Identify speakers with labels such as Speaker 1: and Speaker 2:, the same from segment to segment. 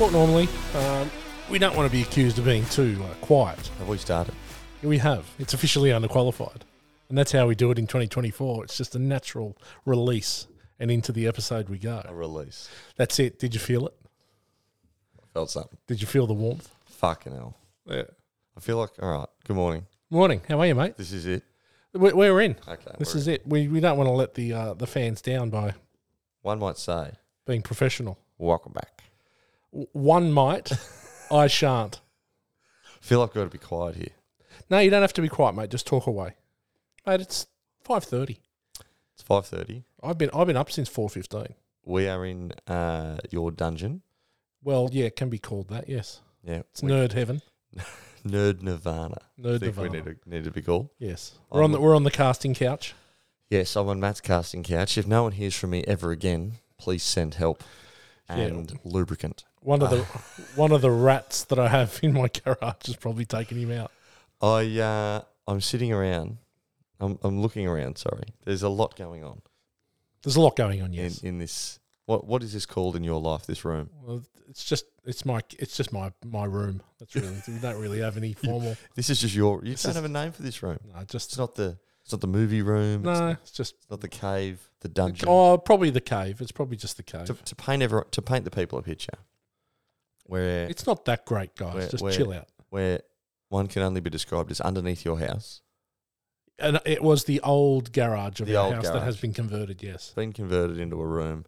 Speaker 1: Not normally. Um, we don't want to be accused of being too uh, quiet.
Speaker 2: Have we started?
Speaker 1: We have. It's officially underqualified. And that's how we do it in 2024. It's just a natural release, and into the episode we
Speaker 2: A
Speaker 1: go.
Speaker 2: release.
Speaker 1: That's it. Did you feel it?
Speaker 2: Felt something.
Speaker 1: Did you feel the warmth?
Speaker 2: Fucking hell.
Speaker 1: Yeah.
Speaker 2: I feel like, all right, good morning.
Speaker 1: Morning. How are you, mate?
Speaker 2: This is it.
Speaker 1: We- We're in.
Speaker 2: Okay.
Speaker 1: This
Speaker 2: we're-
Speaker 1: is it. We, we don't want to let the uh, the fans down by
Speaker 2: One might say,
Speaker 1: being professional.
Speaker 2: welcome back.
Speaker 1: W- One might, I shan't.
Speaker 2: I feel like I've got to be quiet here.
Speaker 1: No, you don't have to be quiet, mate. Just talk away, mate. It's five thirty.
Speaker 2: It's 5.30.
Speaker 1: I've been I've been up since four fifteen.
Speaker 2: We are in uh, your dungeon.
Speaker 1: Well, yeah, it can be called that. Yes,
Speaker 2: Yeah.
Speaker 1: it's
Speaker 2: we-
Speaker 1: nerd heaven.
Speaker 2: Nerd Nirvana. I
Speaker 1: Nerd
Speaker 2: think
Speaker 1: Nirvana.
Speaker 2: we need to, need to be called.
Speaker 1: Yes, we're on the we're on the casting couch.
Speaker 2: Yes, I'm on Matt's casting couch. If no one hears from me ever again, please send help and lubricant.
Speaker 1: One of the
Speaker 2: Ah.
Speaker 1: one of the rats that I have in my garage has probably taken him out.
Speaker 2: I uh, I'm sitting around. I'm I'm looking around. Sorry, there's a lot going on
Speaker 1: There's a lot going on. Yes,
Speaker 2: in in this. What what is this called in your life? This room?
Speaker 1: well, it's just it's my it's just my my room. That's really we don't really have any formal.
Speaker 2: This is just your. You don't
Speaker 1: is-
Speaker 2: have a name for this room.
Speaker 1: No,
Speaker 2: It's
Speaker 1: just
Speaker 2: not the. It's not the movie room. It's
Speaker 1: no. It's just
Speaker 2: not the cave. The dungeon.
Speaker 1: oh, probably the cave. It's probably just the cave.
Speaker 2: To, to paint everyone, to paint the people a picture, where
Speaker 1: It's not that great, guys.
Speaker 2: Where-
Speaker 1: Just
Speaker 2: where-
Speaker 1: chill out.
Speaker 2: where one can only be described as underneath your house,
Speaker 1: And it was the old garage of
Speaker 2: The
Speaker 1: our
Speaker 2: old
Speaker 1: house that has
Speaker 2: garage.
Speaker 1: been converted. Yes,
Speaker 2: been converted into a room.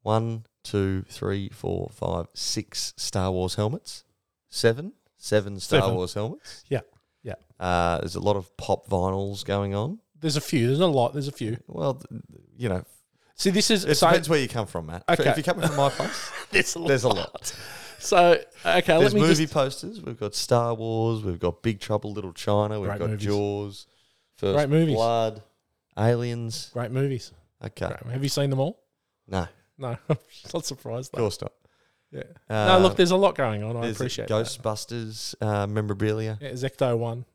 Speaker 2: One, two, three, four, five, six Star Wars helmets. Seven. Seven Star
Speaker 1: Seven.
Speaker 2: Wars helmets.
Speaker 1: Yeah, yeah.
Speaker 2: Uh, there's a lot of pop vinyls going on.
Speaker 1: there's a few. There's not a lot. There's a few.
Speaker 2: Well, th- you know,
Speaker 1: See, this is
Speaker 2: it
Speaker 1: so.
Speaker 2: depends where you come from, Matt. If-
Speaker 1: Okay.
Speaker 2: If you're coming from my place,
Speaker 1: There's a lot.
Speaker 2: there's a lot.
Speaker 1: So okay,
Speaker 2: There's
Speaker 1: let me
Speaker 2: movie
Speaker 1: just
Speaker 2: posters. We've got Star Wars. We've got Big Trouble, Little China. We've
Speaker 1: Great
Speaker 2: got
Speaker 1: movies.
Speaker 2: Jaws. First
Speaker 1: Great movies.
Speaker 2: Blood. Aliens.
Speaker 1: great movies.
Speaker 2: Okay.
Speaker 1: Great. Have you seen them all?
Speaker 2: No,
Speaker 1: No, I'm not surprised.
Speaker 2: of
Speaker 1: Though.
Speaker 2: course not.
Speaker 1: Yeah.
Speaker 2: Uh,
Speaker 1: No, look, there's a lot going on. I
Speaker 2: there's
Speaker 1: appreciate that.
Speaker 2: Ghostbusters uh, memorabilia.
Speaker 1: Yeah, there's Ecto One.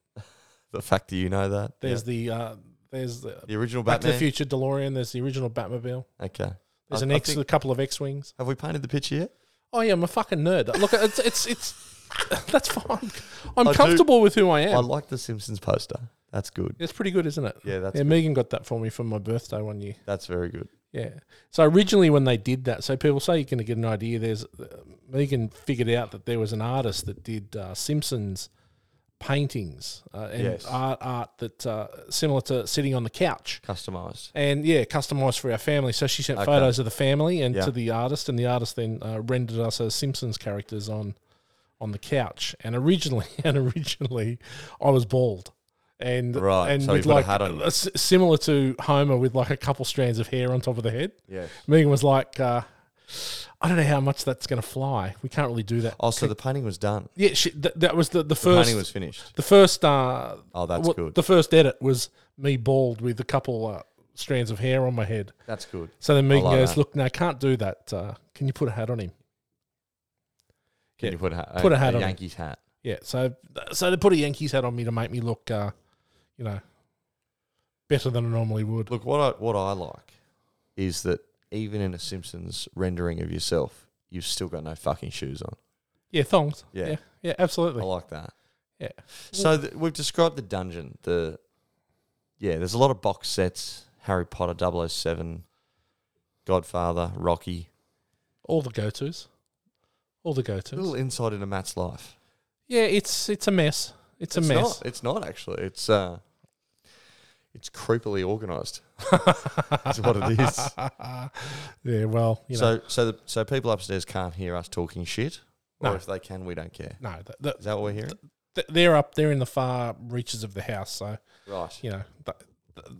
Speaker 2: The fact that you know that.
Speaker 1: There's
Speaker 2: Yeah.
Speaker 1: the uh, there's the
Speaker 2: the original
Speaker 1: Back to
Speaker 2: Batman.
Speaker 1: the Future DeLorean. There's the original Batmobile.
Speaker 2: Okay.
Speaker 1: There's
Speaker 2: I-
Speaker 1: an
Speaker 2: I
Speaker 1: X,
Speaker 2: think-
Speaker 1: a couple of X wings.
Speaker 2: Have we painted the picture yet?
Speaker 1: Oh yeah, I'm a fucking nerd. Look, it's it's it's that's fine. I'm
Speaker 2: I do-
Speaker 1: comfortable with who I am.
Speaker 2: I like the Simpsons poster. That's good.
Speaker 1: It's pretty good, isn't it?
Speaker 2: Yeah, that's
Speaker 1: yeah,
Speaker 2: good.
Speaker 1: Megan got that for me for my birthday one year.
Speaker 2: that's very good.
Speaker 1: Yeah. So originally, when they did that, so people say you're going to get an idea. There's uh, Megan figured out that there was an artist that did uh, Simpsons paintings uh, and
Speaker 2: Yes.
Speaker 1: art art that uh, similar to sitting on the couch.
Speaker 2: Customized.
Speaker 1: And yeah, customized for our family. So she sent
Speaker 2: Okay.
Speaker 1: photos of the family and
Speaker 2: Yeah.
Speaker 1: to the artist, and the artist then uh, rendered us as Simpsons characters on on the couch. And originally, and originally, I was bald, and
Speaker 2: Right,
Speaker 1: and
Speaker 2: so
Speaker 1: with
Speaker 2: you put a
Speaker 1: like
Speaker 2: hat on.
Speaker 1: uh, s- similar to Homer with like a couple strands of hair on top of the head.
Speaker 2: Yeah.
Speaker 1: Megan was like, uh, I don't know how much that's going to fly. We can't really do that.
Speaker 2: Oh, so the painting was done.
Speaker 1: Yeah, she, th- that was the the
Speaker 2: The
Speaker 1: first
Speaker 2: painting was finished.
Speaker 1: the first uh,
Speaker 2: Oh, that's
Speaker 1: what-
Speaker 2: good.
Speaker 1: The first edit was me bald with a couple uh, strands of hair on my head.
Speaker 2: That's good.
Speaker 1: So then Megan
Speaker 2: like
Speaker 1: goes,
Speaker 2: that.
Speaker 1: "Look, no, I can't do that. Uh, can you put a hat on him?"
Speaker 2: Can
Speaker 1: Yeah.
Speaker 2: you put a hat?
Speaker 1: Put a hat on it.
Speaker 2: Yankees hat.
Speaker 1: Yeah. So so they put a Yankees hat on me to make me look, uh, you know, better than I normally would.
Speaker 2: Look, what I what I like is that even in a Simpsons rendering of yourself, you've still got no fucking shoes on.
Speaker 1: Yeah, thongs.
Speaker 2: Yeah.
Speaker 1: Yeah, yeah,
Speaker 2: I
Speaker 1: absolutely.
Speaker 2: like that.
Speaker 1: Yeah.
Speaker 2: So th- we've described the dungeon. The yeah, there's a lot of box sets. Harry Potter 007, Godfather, Rocky.
Speaker 1: All the go tos. All the go
Speaker 2: A
Speaker 1: tos.
Speaker 2: little insight into Matt's life.
Speaker 1: Yeah, it's it's a mess. It's a mess.
Speaker 2: Not, it's not actually. It's uh, it's creepily organised. That's what it is.
Speaker 1: yeah, well, you know,
Speaker 2: So so the, so people upstairs can't hear us talking shit, or
Speaker 1: No.
Speaker 2: if they can, we don't care.
Speaker 1: no, th th
Speaker 2: Is that what we're hearing?
Speaker 1: th- they're up there in the far reaches of the house, so
Speaker 2: Right.
Speaker 1: you know. Th- th-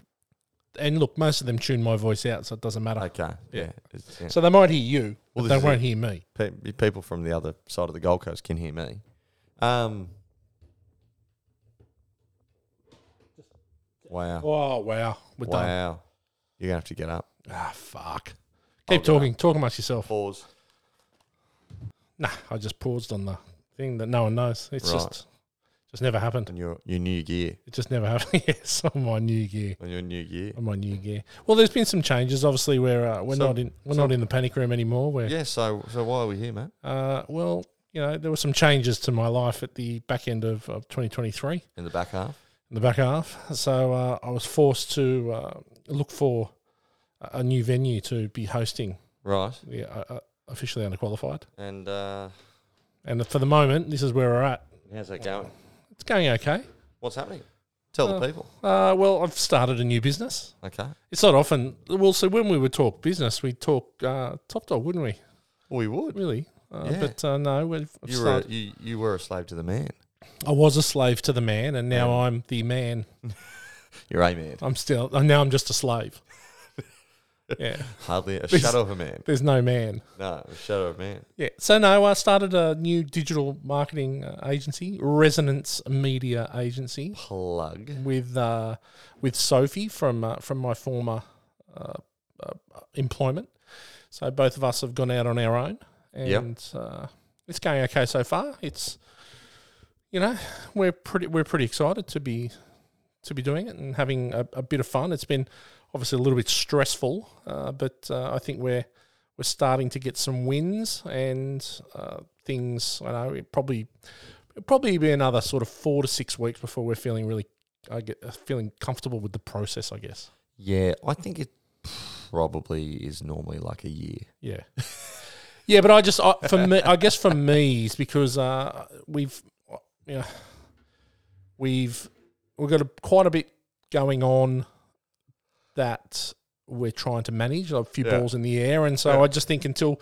Speaker 1: and look, most of them tune my voice out, so it doesn't matter.
Speaker 2: Okay.
Speaker 1: Yeah.
Speaker 2: Yeah. It's- yeah.
Speaker 1: So they might hear you,
Speaker 2: Well,
Speaker 1: but
Speaker 2: this
Speaker 1: they
Speaker 2: is
Speaker 1: won't hear me.
Speaker 2: Pe- people from the other side of the Gold Coast can hear me. Um. Wow.
Speaker 1: Oh wow, we're done.
Speaker 2: Ah. Wow. You're going to have to get up.
Speaker 1: Ah, fuck.
Speaker 2: I'll
Speaker 1: Keep
Speaker 2: go
Speaker 1: talking. Talk amongst yourself.
Speaker 2: Pause.
Speaker 1: Nah, I just paused on the thing that no one knows. It's
Speaker 2: Right.
Speaker 1: just Just never happened.
Speaker 2: on your, your new gear.
Speaker 1: It just never happened. yes, on my new gear.
Speaker 2: On your new gear.
Speaker 1: On my new gear. Well, there's been some changes. Obviously, we're uh, we're
Speaker 2: So-
Speaker 1: not in we're
Speaker 2: so-
Speaker 1: not in the panic room anymore. We're
Speaker 2: Yeah, so so why are we here, mate?
Speaker 1: uh, well, you know, there were some changes to my life at the back end of, of 2023 in
Speaker 2: In the back half?
Speaker 1: the back half. So uh, I was forced to uh, look for a a new venue to be hosting.
Speaker 2: Right.
Speaker 1: Yeah, uh, uh, officially underqualified.
Speaker 2: And uh,
Speaker 1: And for the moment, this is where we're at.
Speaker 2: how's that going?
Speaker 1: It's going okay.
Speaker 2: What's happening? Tell
Speaker 1: Uh,
Speaker 2: the people.
Speaker 1: Uh, well, I've started a new business.
Speaker 2: Okay.
Speaker 1: It's not often. Well, so when we would talk business, we'd talk uh, top dog, wouldn't we?
Speaker 2: We would.
Speaker 1: Really? Uh,
Speaker 2: Yeah.
Speaker 1: But uh, no, we've I've
Speaker 2: You were, a,
Speaker 1: started.
Speaker 2: you, you were a slave to the man.
Speaker 1: I was a slave to the man, and now I'm the man.
Speaker 2: You're a man.
Speaker 1: I'm still. uh, Now I'm just a slave. yeah.
Speaker 2: Hardly a shadow of a man.
Speaker 1: There's no man.
Speaker 2: No, a shadow of a man.
Speaker 1: Yeah. So no, I started a new digital marketing uh, agency, Resonance Media Agency.
Speaker 2: Plug.
Speaker 1: with uh, with Sophie from uh, from my former uh, uh, employment. So both of us have gone out on our own, and uh, it's going okay so far. It's you know we're pretty we're pretty excited to be to be doing it and having a, a bit of fun. It's been obviously a little bit stressful, uh, but uh, I think we're we're starting to get some wins and uh, things. I know it probably it'll probably be another sort of four to six weeks before we're feeling really I get uh, feeling comfortable with the process. I guess.
Speaker 2: Yeah, I think it probably is normally like a year.
Speaker 1: Yeah. yeah, but I just I, for me, I guess for me is because uh, we've you know, we've we've got a, quite a bit going on that we're trying to manage a few
Speaker 2: Yeah.
Speaker 1: balls in the air and so
Speaker 2: Yeah.
Speaker 1: i just think until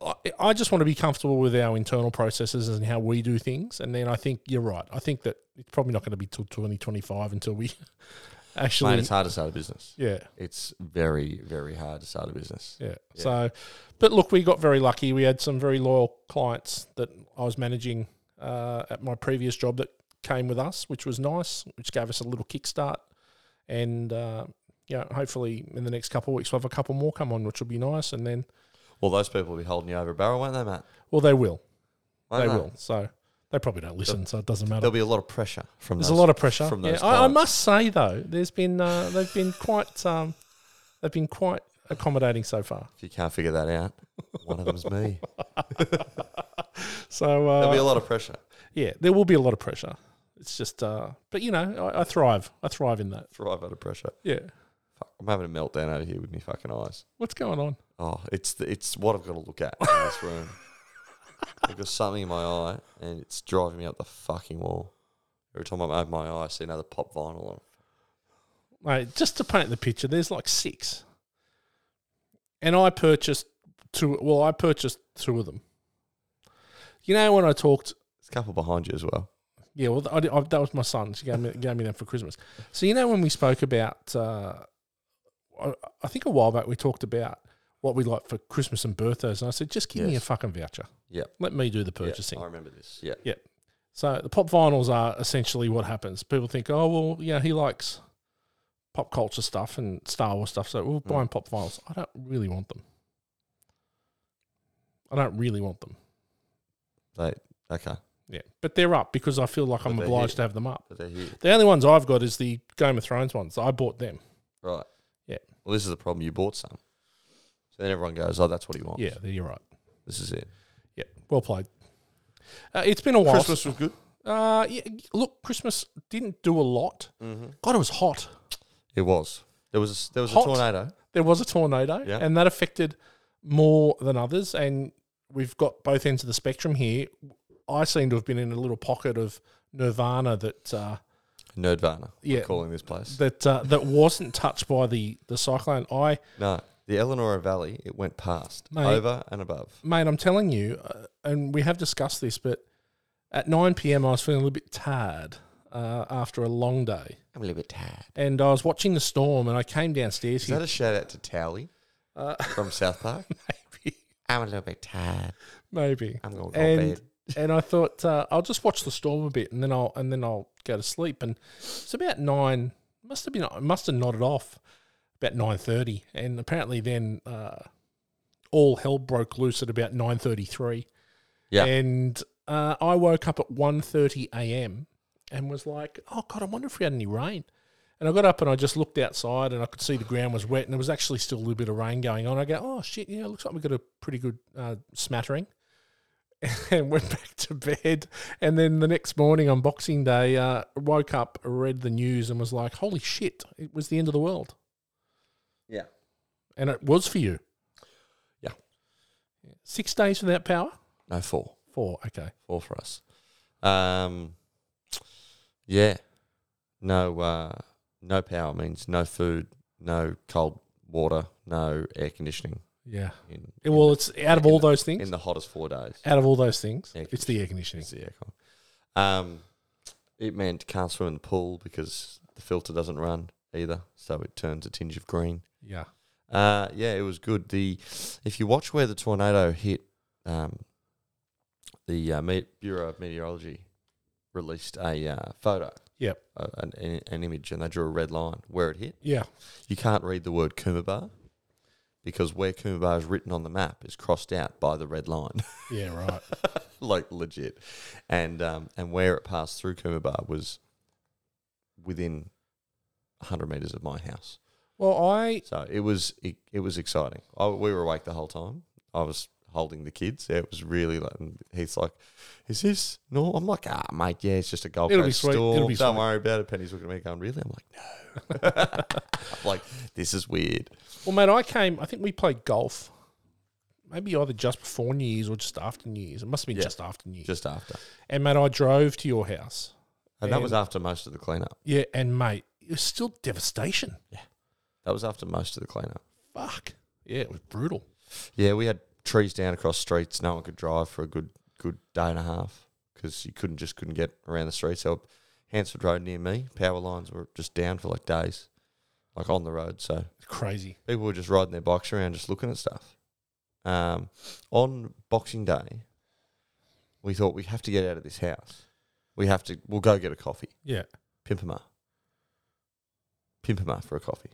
Speaker 1: I, I just want to be comfortable with our internal processes and how we do things and then i think you're right i think that it's probably not going to be till 2025 until we actually
Speaker 2: Mate, it's hard to start a business.
Speaker 1: yeah
Speaker 2: It's very, very hard to start a business.
Speaker 1: Yeah. So, but look, we got very lucky. We had some very loyal clients that I was managing uh, at my previous job that came with us, which was nice, which gave us a little kickstart. And, uh, you know, hopefully in the next couple of weeks, we'll have a couple more come on, which will be nice. And then,
Speaker 2: Well, those people will be holding you over a barrel, won't they, Matt?
Speaker 1: well, they will.
Speaker 2: Won't
Speaker 1: they will. So they probably don't listen, so it doesn't matter.
Speaker 2: There'll be a lot of pressure from
Speaker 1: There's a
Speaker 2: those.
Speaker 1: lot of pressure.
Speaker 2: from
Speaker 1: yeah,
Speaker 2: those
Speaker 1: I, I
Speaker 2: clients.
Speaker 1: must say, though, there's been, uh, they've been quite, um, they've been quite accommodating so far.
Speaker 2: If you can't figure that out, one of them's me.
Speaker 1: So, uh,
Speaker 2: There'll be a lot of pressure.
Speaker 1: yeah, there will be a lot of pressure. It's just, uh, but you know, I, I thrive. I thrive in that.
Speaker 2: Thrive under pressure.
Speaker 1: Yeah.
Speaker 2: Fuck, I'm having a meltdown over here with my fucking eyes.
Speaker 1: What's going on?
Speaker 2: Oh, it's the, it's what I've got to look at in this room. I've got something in my eye, and it's driving me up the fucking wall. Every time I open my eye, I see another pop vinyl on.
Speaker 1: Mate, just to paint the picture, there's like six. And I purchased two. Well, I purchased two of them. You know, when I talked,
Speaker 2: There's a couple behind you as well.
Speaker 1: yeah, well, I, did- I, that was my son. She gave me, gave me them for Christmas. So, you know, when we spoke about, uh, I, I think a while back, we talked about what we like for Christmas and birthdays. And I said, just give me a
Speaker 2: Yes.
Speaker 1: fucking voucher.
Speaker 2: Yep.
Speaker 1: Let me do the
Speaker 2: Yeah,
Speaker 1: purchasing.
Speaker 2: I remember this. Yeah.
Speaker 1: Yeah. So the pop vinyls are essentially what happens. People think, oh well, yeah, he likes pop culture stuff and Star Wars stuff, so
Speaker 2: Hmm.
Speaker 1: we'll buy him pop vinyls. I don't really want them. I don't really want them.
Speaker 2: They okay,
Speaker 1: Yeah, but they're up because I feel like I'm
Speaker 2: they're
Speaker 1: obliged
Speaker 2: here.
Speaker 1: to have them up.
Speaker 2: but they're here.
Speaker 1: The only ones I've got is the Game of Thrones ones. I bought them.
Speaker 2: Right.
Speaker 1: Yeah.
Speaker 2: Well, this is the problem. You bought some, so then everyone goes, "Oh, that's what he wants."
Speaker 1: Yeah, you're right.
Speaker 2: This is it.
Speaker 1: Yeah, well played. Uh, it's been a while.
Speaker 2: was good.
Speaker 1: Uh, yeah, look, Christmas didn't do a lot.
Speaker 2: Mm-hmm.
Speaker 1: God, it was hot.
Speaker 2: It was. There was a, there was
Speaker 1: Hot.
Speaker 2: a tornado.
Speaker 1: there was a tornado,
Speaker 2: Yeah.
Speaker 1: and that affected more than others. And we've got both ends of the spectrum here. I seem to have been in a little pocket of Nirvana that uh,
Speaker 2: Nerdvana. Yeah.
Speaker 1: Yeah.
Speaker 2: calling this place.
Speaker 1: that uh, that wasn't touched by the the cyclone. I
Speaker 2: No, the Eleanor Valley. It went past,
Speaker 1: Mate.
Speaker 2: over and above.
Speaker 1: mate, I'm telling you, uh, and we have discussed this, but at 9 p.m. I was feeling a little bit tired uh, after a long day,
Speaker 2: I'm a little bit tired.
Speaker 1: and I was watching the storm, and I came downstairs
Speaker 2: Is that
Speaker 1: here.
Speaker 2: a shout out to Towley from South Park?
Speaker 1: maybe,
Speaker 2: I'm a little bit tired.
Speaker 1: maybe.
Speaker 2: I'm going to go to
Speaker 1: and
Speaker 2: bed.
Speaker 1: and I thought uh, I'll just watch the storm a bit, and then I'll and then I'll go to sleep. And it's about nine. Must have been. I Must have nodded off about nine thirty, and apparently then uh, all hell broke loose at about nine thirty three.
Speaker 2: Yeah.
Speaker 1: and uh, I woke up at 1.30 a.m. and was like, "Oh God, I wonder if we had any rain." And I got up and I just looked outside and I could see the ground was wet and there was actually still a little bit of rain going on. I go, "Oh shit, yeah, looks like we got a pretty good uh, smattering." and went back to bed. And then the next morning on Boxing Day, uh, woke up, read the news, and was like, "Holy shit! It was the end of the world."
Speaker 2: Yeah.
Speaker 1: And it was for you.
Speaker 2: Yeah.
Speaker 1: Six days without power.
Speaker 2: No, four.
Speaker 1: Four. Okay.
Speaker 2: Four for us. Um, yeah. No, uh, no power means no food, no cold water, no air conditioning.
Speaker 1: Yeah.
Speaker 2: In,
Speaker 1: Yeah, Well, it's out of all those
Speaker 2: in
Speaker 1: things.
Speaker 2: the hottest four days.
Speaker 1: Out of all those things,
Speaker 2: Air
Speaker 1: it's the air conditioning.
Speaker 2: It's the aircon. Um, it meant can't swim in the pool because the filter doesn't run either, so it turns a tinge of green.
Speaker 1: Yeah.
Speaker 2: Uh, yeah, it was good. The if you watch where the tornado hit, um, the uh, Me- Bureau of Meteorology released a uh, photo.
Speaker 1: Yep.
Speaker 2: uh, an- an, an image, and they drew a red line where it hit.
Speaker 1: Yeah.
Speaker 2: You can't read the word Coomera because where Coomera is written on the map is crossed out by the red line.
Speaker 1: Yeah. Right.
Speaker 2: like legit. And um, and where it passed through Coomera was within 100 meters of my house.
Speaker 1: well, I
Speaker 2: So it was it, it was exciting. I, we were awake the whole time. I was holding the kids. Yeah, it was really like and Heath's like, "Is this no?" I'm like, "Ah, mate, yeah, it's just a Gold
Speaker 1: It'll be
Speaker 2: Coast
Speaker 1: sweet.
Speaker 2: storm.
Speaker 1: It'll be
Speaker 2: Don't
Speaker 1: sweet."
Speaker 2: worry about it." Penny's looking at me going, "Really?" I'm like, "No." I'm like, this is weird.
Speaker 1: well, mate, I came. I think we played golf. Maybe either just before New Year's or just after New Year's. It must have been
Speaker 2: Yeah.
Speaker 1: just after New Year's.
Speaker 2: Just after,
Speaker 1: And mate, I drove to your house.
Speaker 2: and that was
Speaker 1: And-
Speaker 2: after most of the cleanup.
Speaker 1: Yeah, and mate, it was still devastation.
Speaker 2: That was after most of the cleanup.
Speaker 1: Fuck. Yeah, it was brutal.
Speaker 2: Yeah, we had trees down across streets. No one could drive for a good good day and a half because you couldn't just couldn't get around the streets. So Hansford Road near me, power lines were just down for like days, like on the road. So
Speaker 1: It's crazy.
Speaker 2: people were just riding their bikes around, just looking at stuff. Um, on Boxing Day, we thought we have to get out of this house. We have to. We'll go get a coffee.
Speaker 1: Yeah.
Speaker 2: Pimpama. Pimpama for a coffee.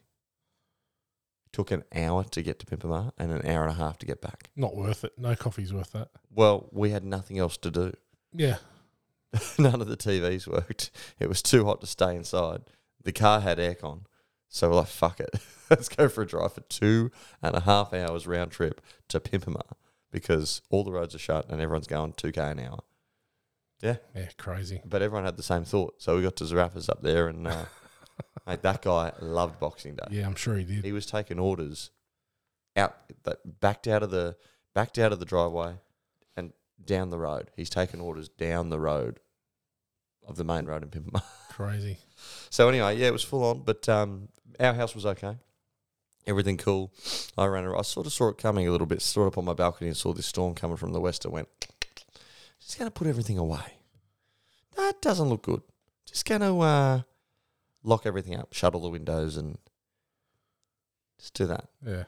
Speaker 2: Took an hour to get to Pimpama and an hour and a half to get back.
Speaker 1: Not worth it. No coffee's worth that.
Speaker 2: Well, we had nothing else to do.
Speaker 1: Yeah.
Speaker 2: None of the TVs worked. It was too hot to stay inside. The car had aircon. So we're like, fuck it. Let's go for a drive for two and a half hours round trip to Pimpama because all the roads are shut and everyone's going 2K an hour.
Speaker 1: Yeah, crazy.
Speaker 2: But everyone had the same thought. So we got to Zarafas up there and uh, mate, that guy loved Boxing Day.
Speaker 1: Yeah, I'm sure he did.
Speaker 2: He was taking orders out that backed out of the backed out of the driveway and down the road. He's taking orders down the road of the main road in Pimpama.
Speaker 1: Crazy.
Speaker 2: So anyway, yeah, it was full on, but um, our house was okay. Everything cool. I ran around. I sort of saw it coming a little bit. Stood up on my balcony and saw this storm coming from the west. I went, just going to put everything away. That doesn't look good. Just going to uh, lock everything up, shut all the windows, and just do that.
Speaker 1: Yeah.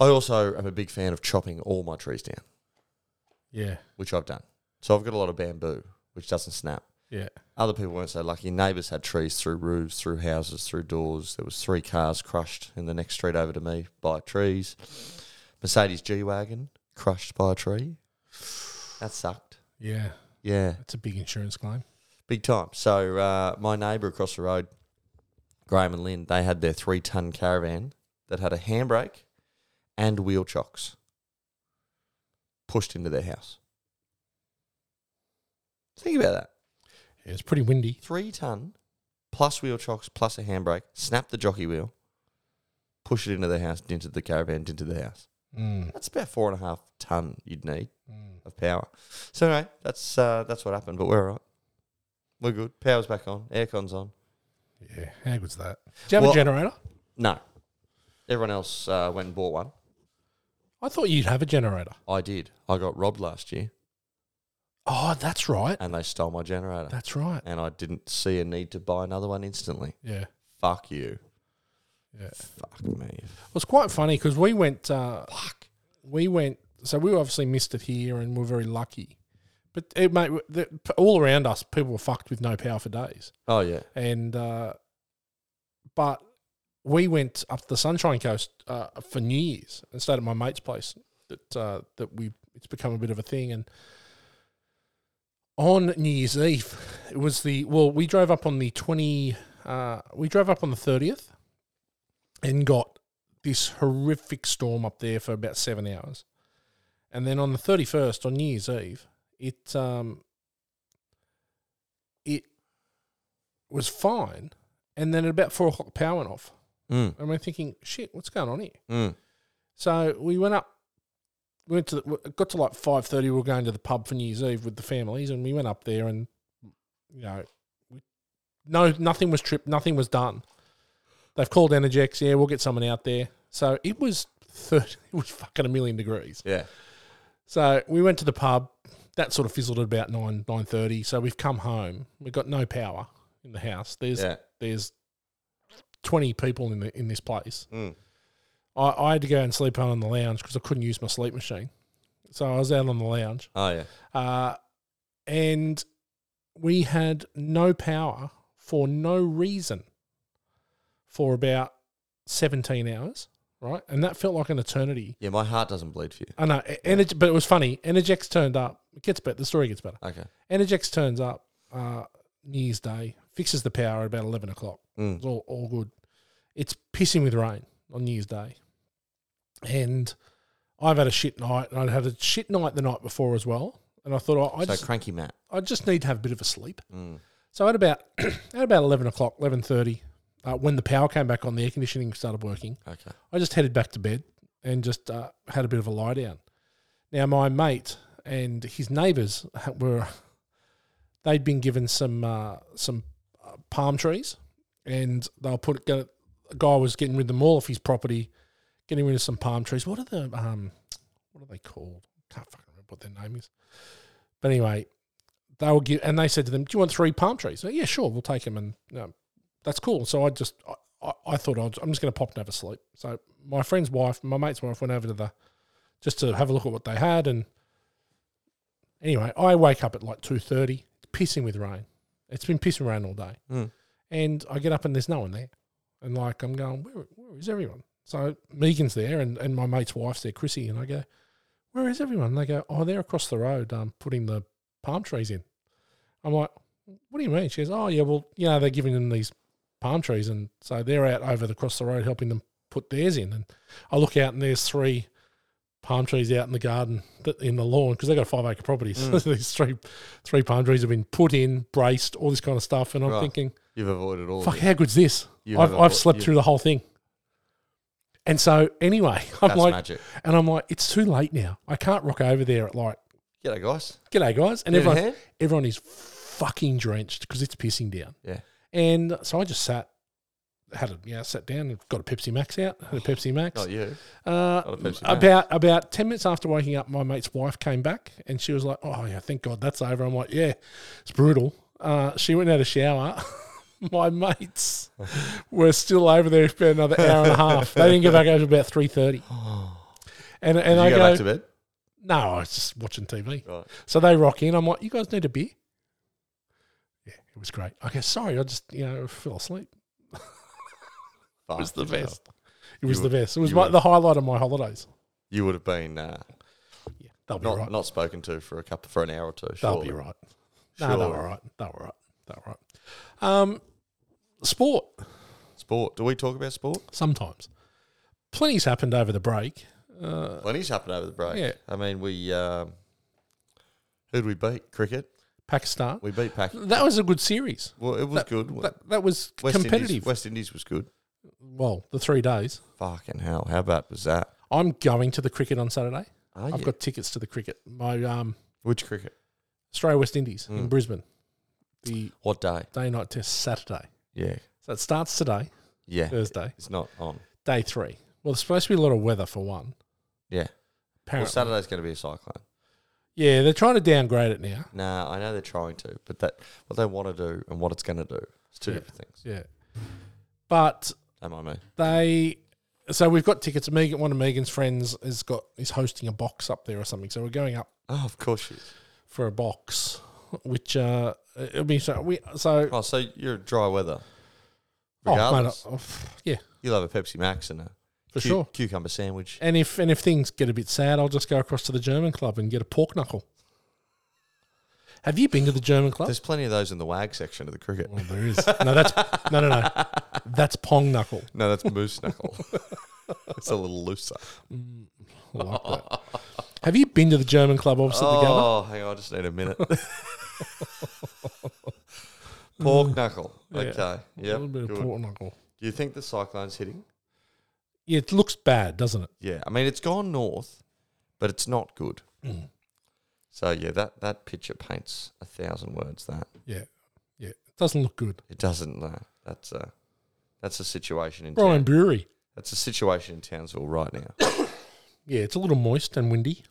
Speaker 2: I also am a big fan of chopping all my trees down,
Speaker 1: Yeah.
Speaker 2: which I've done. So I've got a lot of bamboo, which doesn't snap.
Speaker 1: Yeah.
Speaker 2: Other people weren't so lucky. Neighbours had trees through roofs, through houses, through doors. There was three cars crushed in the next street over to me by trees. Mercedes G wagon crushed by a tree. That sucked.
Speaker 1: Yeah.
Speaker 2: Yeah,
Speaker 1: That's a big insurance claim.
Speaker 2: big time. So uh, my neighbour across the road, Graham and Lynn, they had their three ton caravan that had a handbrake and wheel chocks pushed into their house. Think about that.
Speaker 1: Yeah, it's pretty windy.
Speaker 2: three ton plus wheel chocks plus a handbrake, snap the jockey wheel, push it into the house, dented the caravan, dented the house.
Speaker 1: Mm.
Speaker 2: That's about four and a half ton you'd need
Speaker 1: Mm.
Speaker 2: of power. So anyway, that's uh, that's what happened, but we're all right. We're good. Power's back on. Aircon's on.
Speaker 1: Yeah. How good's that? Do you have
Speaker 2: Well-
Speaker 1: a generator?
Speaker 2: No. Everyone else uh, went and bought one.
Speaker 1: I thought you'd have a generator.
Speaker 2: I did. I got robbed last year
Speaker 1: Oh, that's right.
Speaker 2: and they stole my generator.
Speaker 1: That's right.
Speaker 2: And I didn't see a need to buy another one instantly.
Speaker 1: Yeah.
Speaker 2: Fuck you.
Speaker 1: Yeah.
Speaker 2: Fuck me.
Speaker 1: It was quite funny because we went. Uh, We went. So we obviously missed it here, and we're very lucky. But it, mate, the, all around us, people were fucked with no power for days.
Speaker 2: Oh yeah.
Speaker 1: And uh, but we went up the Sunshine Coast uh, for New Year's and stayed at my mate's place. That uh, that we it's become a bit of a thing, and on New Year's Eve, it was the well, we drove up on the twenty. Uh, we drove up on the thirtieth, and got this horrific storm up there for about seven hours, and then on the thirty first on New Year's Eve, it um, it was fine, and then at about four o'clock, the power went off,
Speaker 2: Mm,
Speaker 1: and we're thinking, shit, what's going on here?
Speaker 2: mm.
Speaker 1: So we went up. We went to the, we got to like five thirty. We were going to the pub for New Year's Eve with the families, and we went up there, and you know, we, no, nothing was tripped, nothing was done. They've called Energex. Yeah, we'll get someone out there. So it was thirty. It was fucking a million degrees.
Speaker 2: Yeah.
Speaker 1: So we went to the pub. That sort of fizzled at about nine nine thirty. So we've come home. We've got no power in the house. There's
Speaker 2: Yeah.
Speaker 1: there's twenty people in the in this place.
Speaker 2: Mm.
Speaker 1: I, I had to go and sleep out on the lounge because I couldn't use my sleep machine. So I was out on the lounge.
Speaker 2: Oh yeah.
Speaker 1: Uh, and we had no power for no reason for about 17 hours, right? And that felt like an eternity.
Speaker 2: Yeah. My heart doesn't bleed for you.
Speaker 1: I know, e- energy, but it was funny. Energex turned up. It gets better. The story gets better.
Speaker 2: Okay.
Speaker 1: Energex turns up uh, New Year's Day, fixes the power at about 11 o'clock.
Speaker 2: Mm.
Speaker 1: It's all, all good. It's pissing with rain on New Year's Day. And I've had a shit night, and I'd had a shit night the night before as well. And I thought, oh, I, I,
Speaker 2: so
Speaker 1: just,
Speaker 2: cranky Matt.
Speaker 1: I just need to have a bit of a sleep.
Speaker 2: Mm.
Speaker 1: So at about at about eleven o'clock, eleven thirty, uh, when the power came back on, the air conditioning started working.
Speaker 2: Okay.
Speaker 1: I just headed back to bed and just uh, had a bit of a lie down. Now my mate and his neighbours ha- were they'd been given some uh, some uh, palm trees, and they'll put go- a guy was getting rid of them all off his property, getting rid of some palm trees. What are the um what are they called? Can't fucking remember what their name is. But anyway, they were give and they said to them, "Do you want three palm trees?" So, yeah, sure, we'll take them, and you know, that's cool. So I just I- I, I thought I'd, I'm just going to pop and have a sleep. So my friend's wife, my mate's wife, went over to the just to have a look at what they had, and anyway, I wake up at like two thirty. It's pissing with rain. It's been pissing rain all day,
Speaker 2: Mm.
Speaker 1: and I get up and there's no one there, and like I'm going, where, where is everyone? So Megan's there, and, and my mate's wife's there, Chrissy, and I go, where is everyone? And they go, oh, they're across the road, um, putting the palm trees in. I'm like, what do you mean? She goes, oh yeah, well, you know, they're giving them these palm trees, and so they're out over the across the road helping them put theirs in. And I look out, and there's three palm trees out in the garden, that, in the lawn, because they got a five acre property. So these three three palm trees have been put in, braced, all this kind of stuff, and I'm
Speaker 2: Right.
Speaker 1: thinking,
Speaker 2: You've avoided all. of
Speaker 1: fuck,
Speaker 2: it.
Speaker 1: how good's this?
Speaker 2: You
Speaker 1: I've
Speaker 2: have
Speaker 1: I've
Speaker 2: avo-
Speaker 1: slept
Speaker 2: you-
Speaker 1: through the whole thing. And so anyway, I'm
Speaker 2: That's
Speaker 1: like,
Speaker 2: magic.
Speaker 1: and I'm like, it's too late now. I can't rock over there at like,
Speaker 2: G'day, guys.
Speaker 1: g'day guys, and
Speaker 2: Need a
Speaker 1: everyone,
Speaker 2: hand?
Speaker 1: everyone is fucking drenched because it's pissing down.
Speaker 2: Yeah.
Speaker 1: And so I just sat, had a yeah, sat down and got a Pepsi Max out, had a Pepsi Max.
Speaker 2: Not you.
Speaker 1: Uh,
Speaker 2: not a Pepsi
Speaker 1: about about ten minutes after waking up, my mate's wife came back and she was like, "Oh yeah, thank God that's over." I'm like, "Yeah, it's brutal." Uh, she went out a shower. my mates were still over there for another hour and a half. They didn't get back over till about three thirty. And and
Speaker 2: Did
Speaker 1: I
Speaker 2: you go,
Speaker 1: go,
Speaker 2: back to bed?
Speaker 1: no, I was just watching TV.
Speaker 2: Right.
Speaker 1: So they rock in. I'm like, you guys need a beer? Yeah, it was great. I go, sorry, I just, you know, fell asleep. It was the
Speaker 2: Fucking hell.
Speaker 1: best. It was
Speaker 2: Ah, You
Speaker 1: the
Speaker 2: were-
Speaker 1: best. It was
Speaker 2: you
Speaker 1: my,
Speaker 2: were-
Speaker 1: the highlight of my holidays.
Speaker 2: You would have been uh,
Speaker 1: Yeah, they'll be
Speaker 2: not
Speaker 1: right.
Speaker 2: not spoken to for a couple for an hour or two.
Speaker 1: they'll
Speaker 2: Surely.
Speaker 1: be right. No, they
Speaker 2: Surely.
Speaker 1: were right. They were right. They were right. Um, sport
Speaker 2: Sport. Do we talk about sport?
Speaker 1: sometimes. Plenty's happened over the break. Uh,
Speaker 2: Plenty's happened over the break.
Speaker 1: Yeah.
Speaker 2: I mean, we um, who would we beat? Cricket.
Speaker 1: Pakistan.
Speaker 2: We beat Pakistan.
Speaker 1: That was a good series.
Speaker 2: Well, it was good.
Speaker 1: That, that was
Speaker 2: West Indies,
Speaker 1: competitive.
Speaker 2: West Indies was good.
Speaker 1: well, the three days.
Speaker 2: Fucking hell! How bad was that?
Speaker 1: I'm going to the cricket on Saturday.
Speaker 2: Are
Speaker 1: I've
Speaker 2: you?
Speaker 1: got tickets to the cricket. My um,
Speaker 2: Which cricket?
Speaker 1: Australia West Indies in
Speaker 2: Mm.
Speaker 1: Brisbane. The
Speaker 2: What day?
Speaker 1: day night test Saturday.
Speaker 2: Yeah,
Speaker 1: So it starts today,
Speaker 2: yeah.
Speaker 1: Thursday,
Speaker 2: It's not on.
Speaker 1: day three. Well, there's supposed to be a lot of weather for one.
Speaker 2: Yeah. Well,
Speaker 1: Apparently.
Speaker 2: Saturday's going to be a cyclone.
Speaker 1: Yeah, they're trying to downgrade it now.
Speaker 2: Nah, I know they're trying to, but that what they want to do and what it's going to do is two
Speaker 1: Yeah.
Speaker 2: different things.
Speaker 1: Yeah. But
Speaker 2: Am I me?
Speaker 1: they so we've got tickets. Megan one of Megan's friends has got is hosting a box up there or something. So we're going up
Speaker 2: Oh, of course she is.
Speaker 1: for a box, which uh it'll be so we so
Speaker 2: Oh, so you're dry weather.
Speaker 1: oh, mate,
Speaker 2: Regardless,
Speaker 1: I- I- yeah,
Speaker 2: you'll have a Pepsi Max and a
Speaker 1: for
Speaker 2: cu-
Speaker 1: sure.
Speaker 2: cucumber sandwich.
Speaker 1: And if and if things get a bit sad, I'll just go across to the German club and get a pork knuckle. Have you been to the German club?
Speaker 2: There's plenty of those in the wag section of the cricket.
Speaker 1: Well, there is. No, that's no, no, no. That's pong knuckle.
Speaker 2: No, that's moose knuckle. it's a little looser.
Speaker 1: I like that. Have you been to the German club opposite the Gabba?
Speaker 2: Oh, hang on, I just need a minute. Pork knuckle.
Speaker 1: Yeah.
Speaker 2: Okay.
Speaker 1: A
Speaker 2: Yeah.
Speaker 1: little bit
Speaker 2: good.
Speaker 1: of pork knuckle.
Speaker 2: Do you think the cyclone's hitting?
Speaker 1: Yeah, it looks bad, doesn't it?
Speaker 2: Yeah. I mean, it's gone north, but it's not good.
Speaker 1: Mm.
Speaker 2: So yeah, that that picture paints a thousand words. That
Speaker 1: Yeah, yeah. It doesn't look good.
Speaker 2: it doesn't. No, that's a that's a situation in
Speaker 1: Brian
Speaker 2: town.
Speaker 1: Bury.
Speaker 2: That's a situation in Townsville right now.
Speaker 1: Yeah, it's a little moist and windy.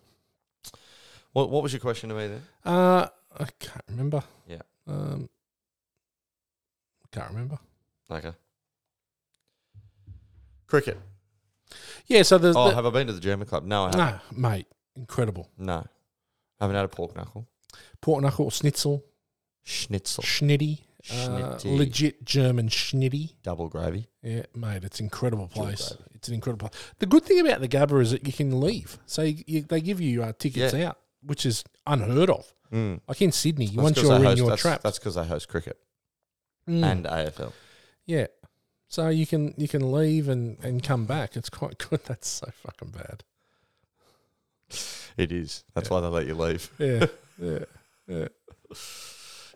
Speaker 2: what what was your question to me then?
Speaker 1: Uh, I can't remember.
Speaker 2: Yeah.
Speaker 1: Um, can't remember.
Speaker 2: Okay. Cricket.
Speaker 1: Yeah, so there's
Speaker 2: Oh,
Speaker 1: the,
Speaker 2: have I been to the German club? No, I haven't.
Speaker 1: no, mate, incredible.
Speaker 2: No, haven't had a pork knuckle.
Speaker 1: Pork knuckle, schnitzel,
Speaker 2: Schnitzel,
Speaker 1: schnitty, uh,
Speaker 2: Schnitty.
Speaker 1: legit German schnitty.
Speaker 2: double gravy.
Speaker 1: Yeah, mate, it's an incredible place.
Speaker 2: gravy.
Speaker 1: It's an incredible place. The good thing about the Gabba is that you can leave, so you, you, they give you uh, tickets out, which is unheard of.
Speaker 2: Mm.
Speaker 1: Like in Sydney,
Speaker 2: That's
Speaker 1: once
Speaker 2: 'cause
Speaker 1: you're
Speaker 2: I
Speaker 1: in,
Speaker 2: host,
Speaker 1: you're
Speaker 2: that's,
Speaker 1: trapped.
Speaker 2: That's because I host cricket
Speaker 1: Mm.
Speaker 2: and AFL.
Speaker 1: Yeah. So you can you can leave and, and come back. It's quite good. That's so fucking bad.
Speaker 2: It is. That's why they let you leave.
Speaker 1: Yeah. yeah. Yeah.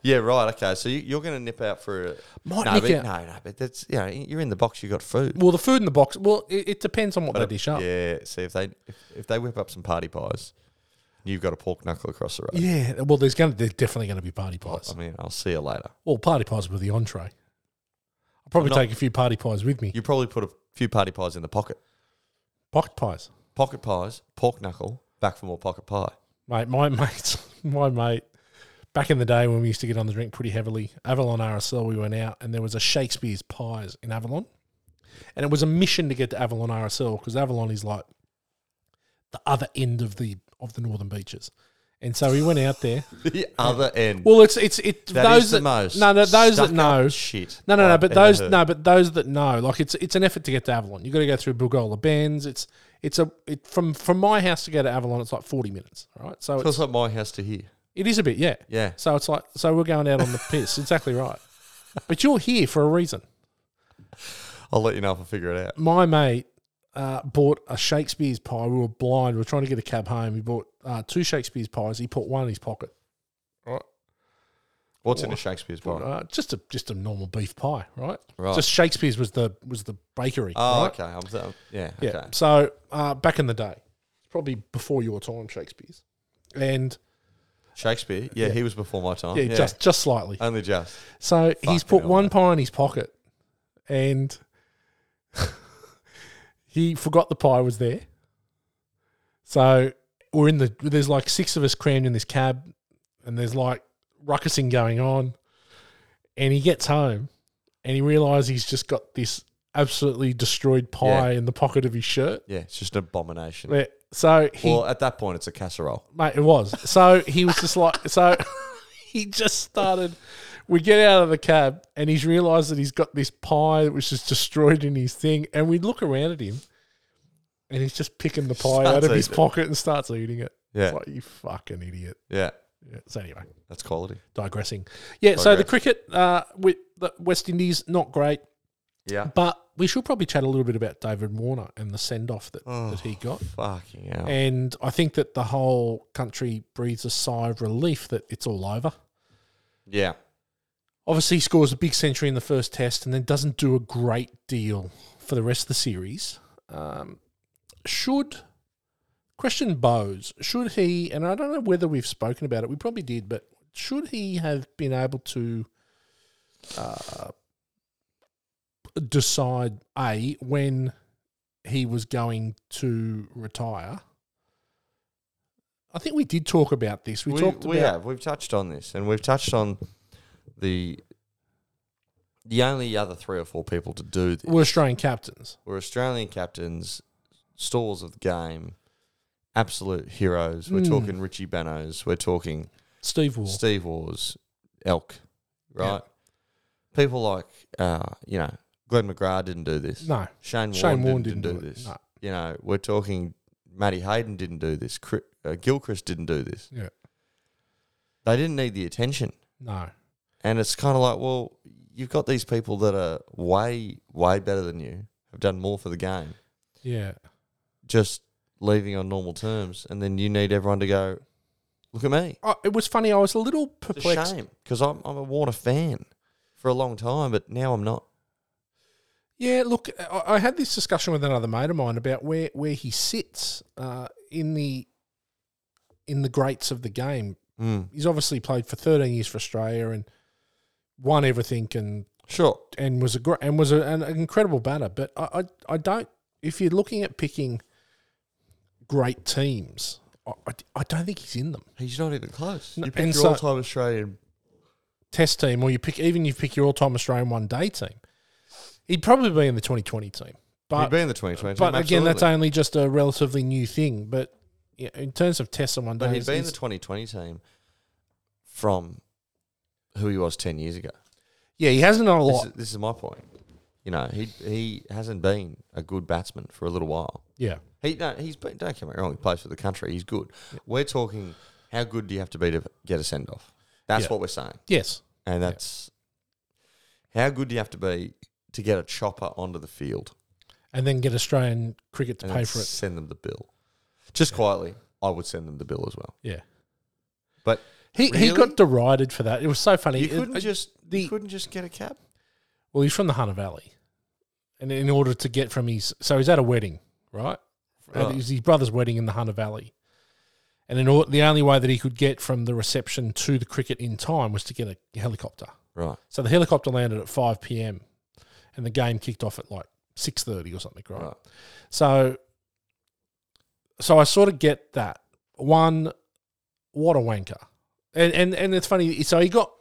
Speaker 2: Yeah, right. Okay, so you, you're going to nip out for a
Speaker 1: Might
Speaker 2: no, but,
Speaker 1: nick out.
Speaker 2: no, no, but that's you know you're in the box. You got food.
Speaker 1: Well, the food in the box. Well, it, it depends on what
Speaker 2: But
Speaker 1: they
Speaker 2: if-
Speaker 1: dish up. Yeah.
Speaker 2: Yeah, see if they if, if they whip up some party pies, you've got a pork knuckle across the road.
Speaker 1: Well, there's going to there's definitely going to be party pies.
Speaker 2: I mean, I'll see you later.
Speaker 1: Well, party pies were the entree. I'll probably
Speaker 2: not-
Speaker 1: take a few party pies with me.
Speaker 2: You probably put a few party pies in the pocket.
Speaker 1: Pocket pies,
Speaker 2: Pocket pies, pork knuckle, back for more pocket pie.
Speaker 1: mate. My mates, my mate. Back in the day when we used to get on the drink pretty heavily, Avalon RSL, we went out and there was a Shakespeare's Pies in Avalon. And it was a mission to get to Avalon RSL because Avalon is like the other end of the of the northern beaches. And so we went out there.
Speaker 2: The other end.
Speaker 1: Well, it's it's it
Speaker 2: that
Speaker 1: those
Speaker 2: is the
Speaker 1: that
Speaker 2: most.
Speaker 1: no no those that
Speaker 2: stuck-up
Speaker 1: know
Speaker 2: shit.
Speaker 1: no no no
Speaker 2: I've
Speaker 1: but
Speaker 2: ever
Speaker 1: those
Speaker 2: heard.
Speaker 1: no but those that know like it's it's an effort to get to Avalon. You got to go through Bugola Bends. It's it's a it from from my house to go to Avalon. It's like forty minutes. All right, so it's,
Speaker 2: Feels like my house to here.
Speaker 1: it is a bit yeah.
Speaker 2: Yeah.
Speaker 1: So it's like so we're going out on the piss. Exactly right. But you're here for a reason.
Speaker 2: I'll let you know if I figure it out.
Speaker 1: my mate uh, bought a Shakespeare's pie. We were blind. We were trying to get a cab home. He bought uh, two Shakespeare's pies. He put one in his pocket. Right.
Speaker 2: What's in a Shakespeare's pie?
Speaker 1: Uh, just a just a normal beef pie, right?
Speaker 2: Right.
Speaker 1: Just Shakespeare's was the was the bakery.
Speaker 2: Oh,
Speaker 1: right?
Speaker 2: okay. I'm, so- yeah,
Speaker 1: Yeah.
Speaker 2: okay.
Speaker 1: So uh, back in the day, probably before your time, Shakespeare's, and
Speaker 2: Shakespeare. Yeah, he was before my time.
Speaker 1: yeah,
Speaker 2: Oh, yeah.
Speaker 1: just just slightly.
Speaker 2: only just.
Speaker 1: So he's
Speaker 2: Fucking
Speaker 1: put
Speaker 2: hell,
Speaker 1: one pie in his pocket, and he forgot the pie was there. So we're in the there's like six of us crammed in this cab, and there's like ruckusing going on, and he gets home, and he realizes he's just got this absolutely destroyed pie in the pocket of his shirt.
Speaker 2: Yeah, it's just an abomination.
Speaker 1: Yeah. So he
Speaker 2: well, at that point, it's a casserole.
Speaker 1: mate, it was. So he was just like, so he just started. We get out of the cab, and he's realised that he's got this pie that was just destroyed in his thing, and we look around at him, and he's just picking the pie out
Speaker 2: Starts
Speaker 1: of his
Speaker 2: eating it.
Speaker 1: pocket and starts eating it.
Speaker 2: Yeah,
Speaker 1: It's like you fucking idiot.
Speaker 2: yeah,
Speaker 1: Yeah. So anyway,
Speaker 2: that's quality.
Speaker 1: digressing. Yeah. So the
Speaker 2: Digress.
Speaker 1: cricket uh, with the West Indies not great,
Speaker 2: Yeah,
Speaker 1: but we should probably chat a little bit about David Warner and the send off that,
Speaker 2: Oh.
Speaker 1: that he got.
Speaker 2: fucking hell.
Speaker 1: And I think that the whole country breathes a sigh of relief that it's all over.
Speaker 2: yeah,
Speaker 1: Obviously, he scores a big century in the first test and then doesn't do a great deal for the rest of the series. Um, should question Bowes? Should he? And I don't know whether we've spoken about it. We probably did, but should he have been able to uh, decide a when he was going to retire? I think we did talk about this. We,
Speaker 2: we,
Speaker 1: talked
Speaker 2: we
Speaker 1: about
Speaker 2: have we've touched on this, and we've touched on the the only other three or four people to do this
Speaker 1: we're Australian captains.
Speaker 2: were Australian captains, stores of the game, absolute heroes. We're
Speaker 1: Mm.
Speaker 2: talking Richie Banos. We're talking
Speaker 1: Steve Waugh.
Speaker 2: Steve Wars, Elk,
Speaker 1: Yeah.
Speaker 2: right? People like uh, you know Glenn McGrath didn't do this.
Speaker 1: No.
Speaker 2: Shane,
Speaker 1: Shane
Speaker 2: Warne
Speaker 1: Warne
Speaker 2: didn't,
Speaker 1: didn't
Speaker 2: do,
Speaker 1: do it,
Speaker 2: this.
Speaker 1: no.
Speaker 2: You know, we're talking Matty Hayden didn't do this. Cri- uh, Gilchrist didn't do this.
Speaker 1: Yeah.
Speaker 2: They didn't need the attention.
Speaker 1: No.
Speaker 2: And it's kind of like, well, you've got these people that are way, way better than you, have done more for the game,
Speaker 1: Yeah.
Speaker 2: just leaving on normal terms. And then you need everyone to go, look at me.
Speaker 1: I, it was funny. I was a little
Speaker 2: It's a
Speaker 1: perplexed.
Speaker 2: shame because I'm, I'm a Warner fan for a long time, but now I'm not.
Speaker 1: Yeah, look, I, I had this discussion with another mate of mine about where where he sits uh, in the in the greats of the game.
Speaker 2: Mm.
Speaker 1: He's obviously played for 13 years for Australia and won everything and
Speaker 2: Sure.
Speaker 1: and was a gr- and was a, an incredible batter. But I, I I don't. If you're looking at picking great teams, I, I, I don't think he's in them.
Speaker 2: He's not even close.
Speaker 1: No,
Speaker 2: you pick
Speaker 1: and
Speaker 2: your
Speaker 1: so-
Speaker 2: all-time Australian.
Speaker 1: Test team, or you pick even you pick your all-time Australian one-day team. He'd probably be in the 2020 team,
Speaker 2: He'd
Speaker 1: but
Speaker 2: be in the 2020
Speaker 1: but
Speaker 2: team,
Speaker 1: again, that's
Speaker 2: absolutely.
Speaker 1: only just a relatively new thing. But yeah, in terms of Test and one-day,
Speaker 2: But he'd
Speaker 1: he's,
Speaker 2: be in the 2020 team from who he was 10 years ago.
Speaker 1: yeah, he hasn't done a
Speaker 2: This
Speaker 1: lot.
Speaker 2: is, this is my point. You know, he he hasn't been a good batsman for a little while.
Speaker 1: yeah,
Speaker 2: He no, he's been. Don't get me wrong. He plays for the country. He's good. We're talking. How good do you have to be to get a send off? That's
Speaker 1: Yeah.
Speaker 2: what we're saying,
Speaker 1: yes,
Speaker 2: and that's how good do you have to be to get a chopper onto the field
Speaker 1: and then get Australian cricket to
Speaker 2: and
Speaker 1: pay
Speaker 2: then
Speaker 1: for it.
Speaker 2: send them the bill. Just quietly, I would send them the bill as well.
Speaker 1: Yeah,
Speaker 2: But
Speaker 1: he he
Speaker 2: Really?
Speaker 1: got derided for that. It was so funny.
Speaker 2: you
Speaker 1: It-
Speaker 2: couldn't
Speaker 1: I-
Speaker 2: just
Speaker 1: the-
Speaker 2: you couldn't just get a cab.
Speaker 1: Well, he's from the Hunter Valley, and in order to get from his, so he's at a wedding, right?
Speaker 2: Right.
Speaker 1: It was his brother's wedding in the Hunter Valley, and in or, the only way that he could get from the reception to the cricket in time was to get a helicopter.
Speaker 2: Right.
Speaker 1: So the helicopter landed at five p.m. and the game kicked off at like six thirty or something, right?
Speaker 2: Right.
Speaker 1: So, so I sort of get that one. What a wanker! And and and it's funny. So he got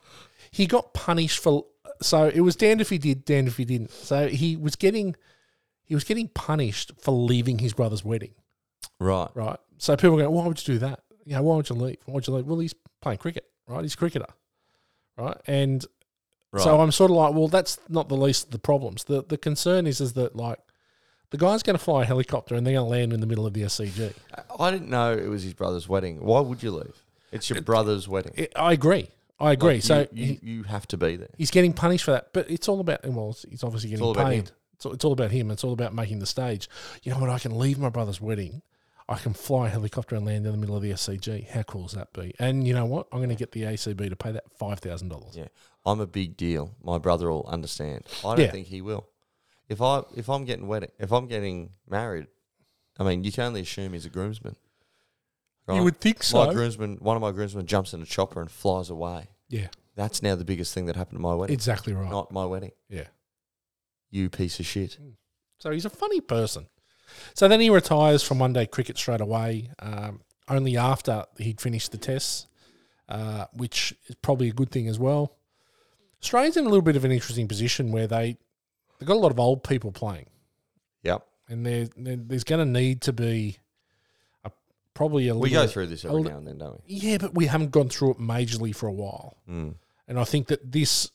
Speaker 1: he got punished for. So it was damned if he did, damned if he didn't. So he was getting he was getting punished for leaving his brother's wedding,
Speaker 2: Right.
Speaker 1: right? So people go, why would you do that? You know, why would you leave? Why would you leave? Well, he's playing cricket, right? He's a cricketer, right? And
Speaker 2: Right.
Speaker 1: so I'm sort of like, well, that's not the least of the problems. The the concern is is that like the guy's going to fly a helicopter and they're going to land in the middle of the SCG.
Speaker 2: I didn't know it was his brother's wedding. Why would you leave? It's your brother's wedding.
Speaker 1: I I agree. I agree.
Speaker 2: Like,
Speaker 1: so
Speaker 2: you,
Speaker 1: he-
Speaker 2: you, you have to be there.
Speaker 1: he's getting punished for that, but it's all about well, it's- he's obviously getting
Speaker 2: all about him.
Speaker 1: paid. It's all, it's all about him. It's all about making the stage. You know what? I can leave my brother's wedding. I can fly a helicopter and land in the middle of the SCG. How cool is that be? And you know what? I'm going to get the ACB to pay that five thousand dollars.
Speaker 2: Yeah, I'm a big deal. My brother will understand. I don't
Speaker 1: Yeah.
Speaker 2: think he will. If I if I'm getting wedding, if I'm getting married, I mean, you can only assume he's a groomsman. right?
Speaker 1: You would think so.
Speaker 2: My groomsman, one of my groomsmen, jumps in a chopper and flies away.
Speaker 1: yeah,
Speaker 2: That's now the biggest thing that happened to my wedding.
Speaker 1: exactly right.
Speaker 2: Not my wedding.
Speaker 1: yeah.
Speaker 2: You piece of shit.
Speaker 1: So he's a funny person. So then he retires from one day cricket straight away, um, only after he'd finished the tests, uh, which is probably a good thing as well. Australia's in a little bit of an interesting position where they they've got a lot of old people playing,
Speaker 2: Yep.
Speaker 1: and there there- there's going to need to be a, probably a
Speaker 2: We
Speaker 1: little
Speaker 2: go through this every
Speaker 1: I'll-
Speaker 2: now and then, don't
Speaker 1: yeah, but we haven't gone through it majorly for a while.
Speaker 2: we? Mm.
Speaker 1: And I think that this,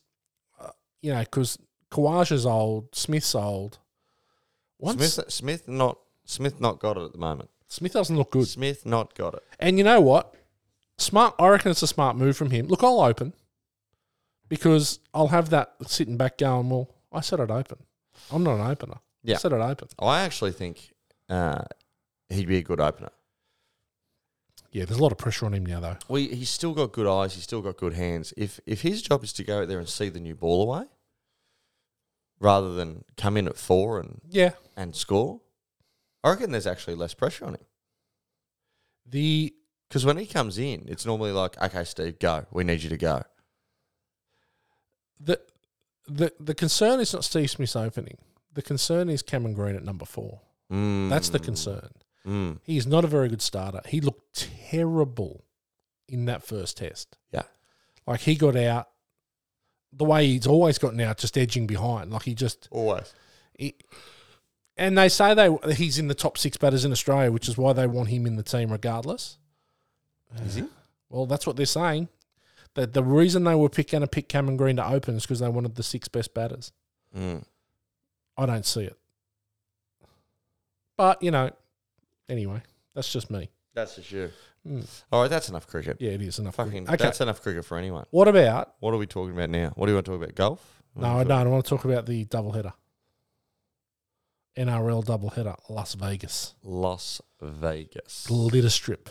Speaker 1: uh, you know, because Kawaja's old, Smith's old. Once Smith,
Speaker 2: Smith, Smith not Smith not got it at the moment.
Speaker 1: doesn't look good.
Speaker 2: Smith not got it.
Speaker 1: And you know what? Smart. I reckon it's a smart move from him. Look, I'll open because I'll have that sitting back going, well, I said I'd open. I'm not an opener.
Speaker 2: Yeah.
Speaker 1: I said I'd open.
Speaker 2: I actually think uh, he'd be a good opener.
Speaker 1: Yeah, there's a lot of pressure on him now, though.
Speaker 2: Well, he's still got good eyes. He's still got good hands. If if his job is to go out there and see the new ball away, rather than come in at four and
Speaker 1: Yeah.
Speaker 2: and score, I reckon there's actually less pressure on him.
Speaker 1: The
Speaker 2: Because when he comes in, it's normally like, okay, Steve, go. We need you to go.
Speaker 1: the the the concern is not Steve Smith's opening. The concern is Cameron Green at number four.
Speaker 2: Mm,
Speaker 1: That's the concern.
Speaker 2: Mm,
Speaker 1: He is not a very good starter. He looked terrible in that first test.
Speaker 2: yeah,
Speaker 1: Like he got out the way he's always gotten out, just edging behind. Like he just
Speaker 2: always.
Speaker 1: he, and they say they he's in the top six batters in Australia, which is why they want him in the team regardless.
Speaker 2: Is he?
Speaker 1: Well, that's what they're saying. That the reason they were pick, going to pick Cameron Green to open is because they wanted the six best batters.
Speaker 2: Mm.
Speaker 1: I don't see it. But you know, anyway, that's just me.
Speaker 2: That's for sure.
Speaker 1: Mm.
Speaker 2: All right, that's enough cricket.
Speaker 1: Yeah, it is enough.
Speaker 2: Fucking,
Speaker 1: okay.
Speaker 2: that's enough cricket for anyone.
Speaker 1: What about?
Speaker 2: What are we talking about now? What do you want to talk about? Golf?
Speaker 1: No, I don't. I want to talk about the double header. NRL double header, Las Vegas,
Speaker 2: Las Vegas.
Speaker 1: glitter strip.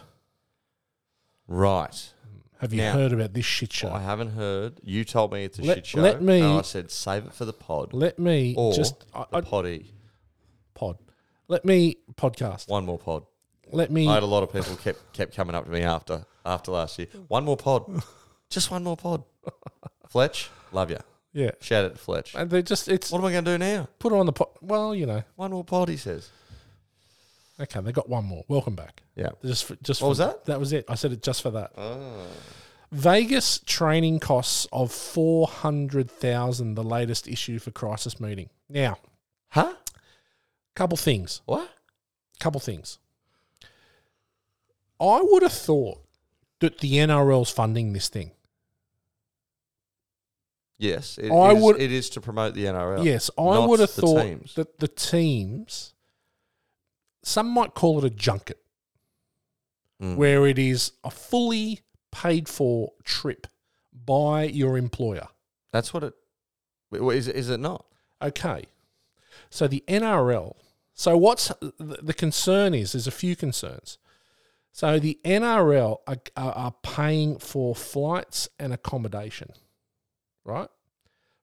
Speaker 2: Right.
Speaker 1: Have you
Speaker 2: Now-
Speaker 1: heard about this shit show?
Speaker 2: I haven't heard. You told me it's a
Speaker 1: Let-
Speaker 2: shit show.
Speaker 1: let me-
Speaker 2: And I said save it for the pod.
Speaker 1: Let me
Speaker 2: Or
Speaker 1: just I,
Speaker 2: the
Speaker 1: I,
Speaker 2: potty.
Speaker 1: pod. Let me podcast.
Speaker 2: One more pod.
Speaker 1: Let me.
Speaker 2: I had a lot of people kept kept coming up to me after after last year. One more pod. Just one more pod. Fletch, love you.
Speaker 1: Yeah,
Speaker 2: Shout out to Fletch.
Speaker 1: and they just it's
Speaker 2: What am I going to do now?
Speaker 1: put it on the pod. Well, you know,
Speaker 2: One more pod, he says.
Speaker 1: okay, they got one more. Welcome back.
Speaker 2: Yeah.
Speaker 1: Just for, just
Speaker 2: What
Speaker 1: for-
Speaker 2: was that? Oh.
Speaker 1: That was it. I said it just for that. Vegas training costs of four hundred thousand. The latest issue for crisis meeting. Now,
Speaker 2: Huh?
Speaker 1: couple things.
Speaker 2: What?
Speaker 1: Couple things. I would have thought that the NRL's funding this thing.
Speaker 2: Yes, it
Speaker 1: I
Speaker 2: is-
Speaker 1: would-
Speaker 2: It is to promote the NRL.
Speaker 1: Yes, I
Speaker 2: Not
Speaker 1: would have
Speaker 2: the
Speaker 1: thought
Speaker 2: teams.
Speaker 1: that the teams, some might call it a junket,
Speaker 2: Mm.
Speaker 1: where it is a fully paid for trip by your employer.
Speaker 2: That's what it. wait, wait, Is it, is it not?
Speaker 1: Okay, so the NRL. So what's the the concern is? There's a few concerns. So the NRL are, are, are paying for flights and accommodation, right?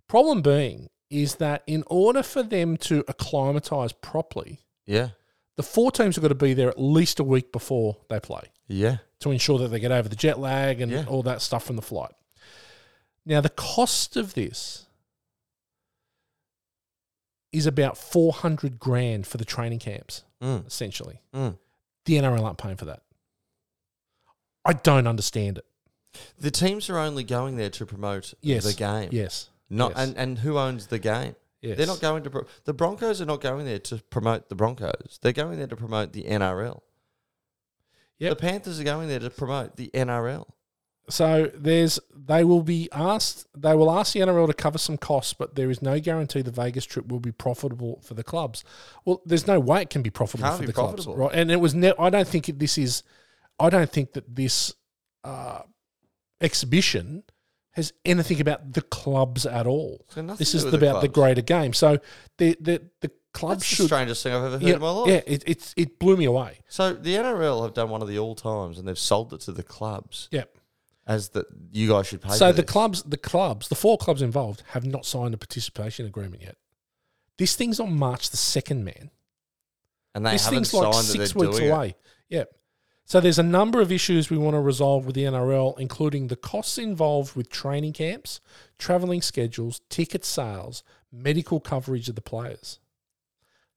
Speaker 1: Problem being is that in order for them to acclimatise properly,
Speaker 2: Yeah.
Speaker 1: the four teams have got to be there at least a week before they play
Speaker 2: Yeah.
Speaker 1: to ensure that they get over the jet lag and
Speaker 2: Yeah.
Speaker 1: all that stuff from the flight. Now, the cost of this is about 400 grand for the training camps,
Speaker 2: Mm.
Speaker 1: essentially.
Speaker 2: Mm.
Speaker 1: The NRL aren't paying for that. I don't understand it.
Speaker 2: The teams are only going there to promote
Speaker 1: Yes.
Speaker 2: the game.
Speaker 1: Yes.
Speaker 2: Not
Speaker 1: Yes.
Speaker 2: and, and who owns the game?
Speaker 1: Yes.
Speaker 2: They're not going to pro- the Broncos are not going there to promote the Broncos. They're going there to promote the NRL.
Speaker 1: Yep.
Speaker 2: The Panthers are going there to promote the NRL.
Speaker 1: So there's they will be asked they will ask the NRL to cover some costs, but there is no guarantee the Vegas trip will be profitable for the clubs. Well, there's no way it can be profitable
Speaker 2: Can't
Speaker 1: for
Speaker 2: be
Speaker 1: the
Speaker 2: profitable.
Speaker 1: clubs, right? And it was ne- I don't think it, this is I don't think that this uh, exhibition has anything about the clubs at all.
Speaker 2: So nothing
Speaker 1: This
Speaker 2: to
Speaker 1: is
Speaker 2: do with the
Speaker 1: about the,
Speaker 2: clubs.
Speaker 1: greater game. So the the the clubs
Speaker 2: That's the
Speaker 1: should
Speaker 2: strangest thing I've ever heard
Speaker 1: yeah,
Speaker 2: in my life.
Speaker 1: yeah it, it's it blew me away.
Speaker 2: So the NRL have done one of the all times and they've sold it to the clubs
Speaker 1: Yeah.
Speaker 2: as that you guys should pay.
Speaker 1: So
Speaker 2: for
Speaker 1: the
Speaker 2: this.
Speaker 1: clubs, the clubs, the four clubs involved have not signed a participation agreement yet. This thing's on March the second, man.
Speaker 2: and they
Speaker 1: this
Speaker 2: haven't
Speaker 1: thing's
Speaker 2: signed
Speaker 1: like
Speaker 2: that
Speaker 1: six
Speaker 2: they're
Speaker 1: weeks
Speaker 2: doing it.
Speaker 1: away. Yep. So there's a number of issues we want to resolve with the NRL, including the costs involved with training camps, travelling schedules, ticket sales, medical coverage of the players.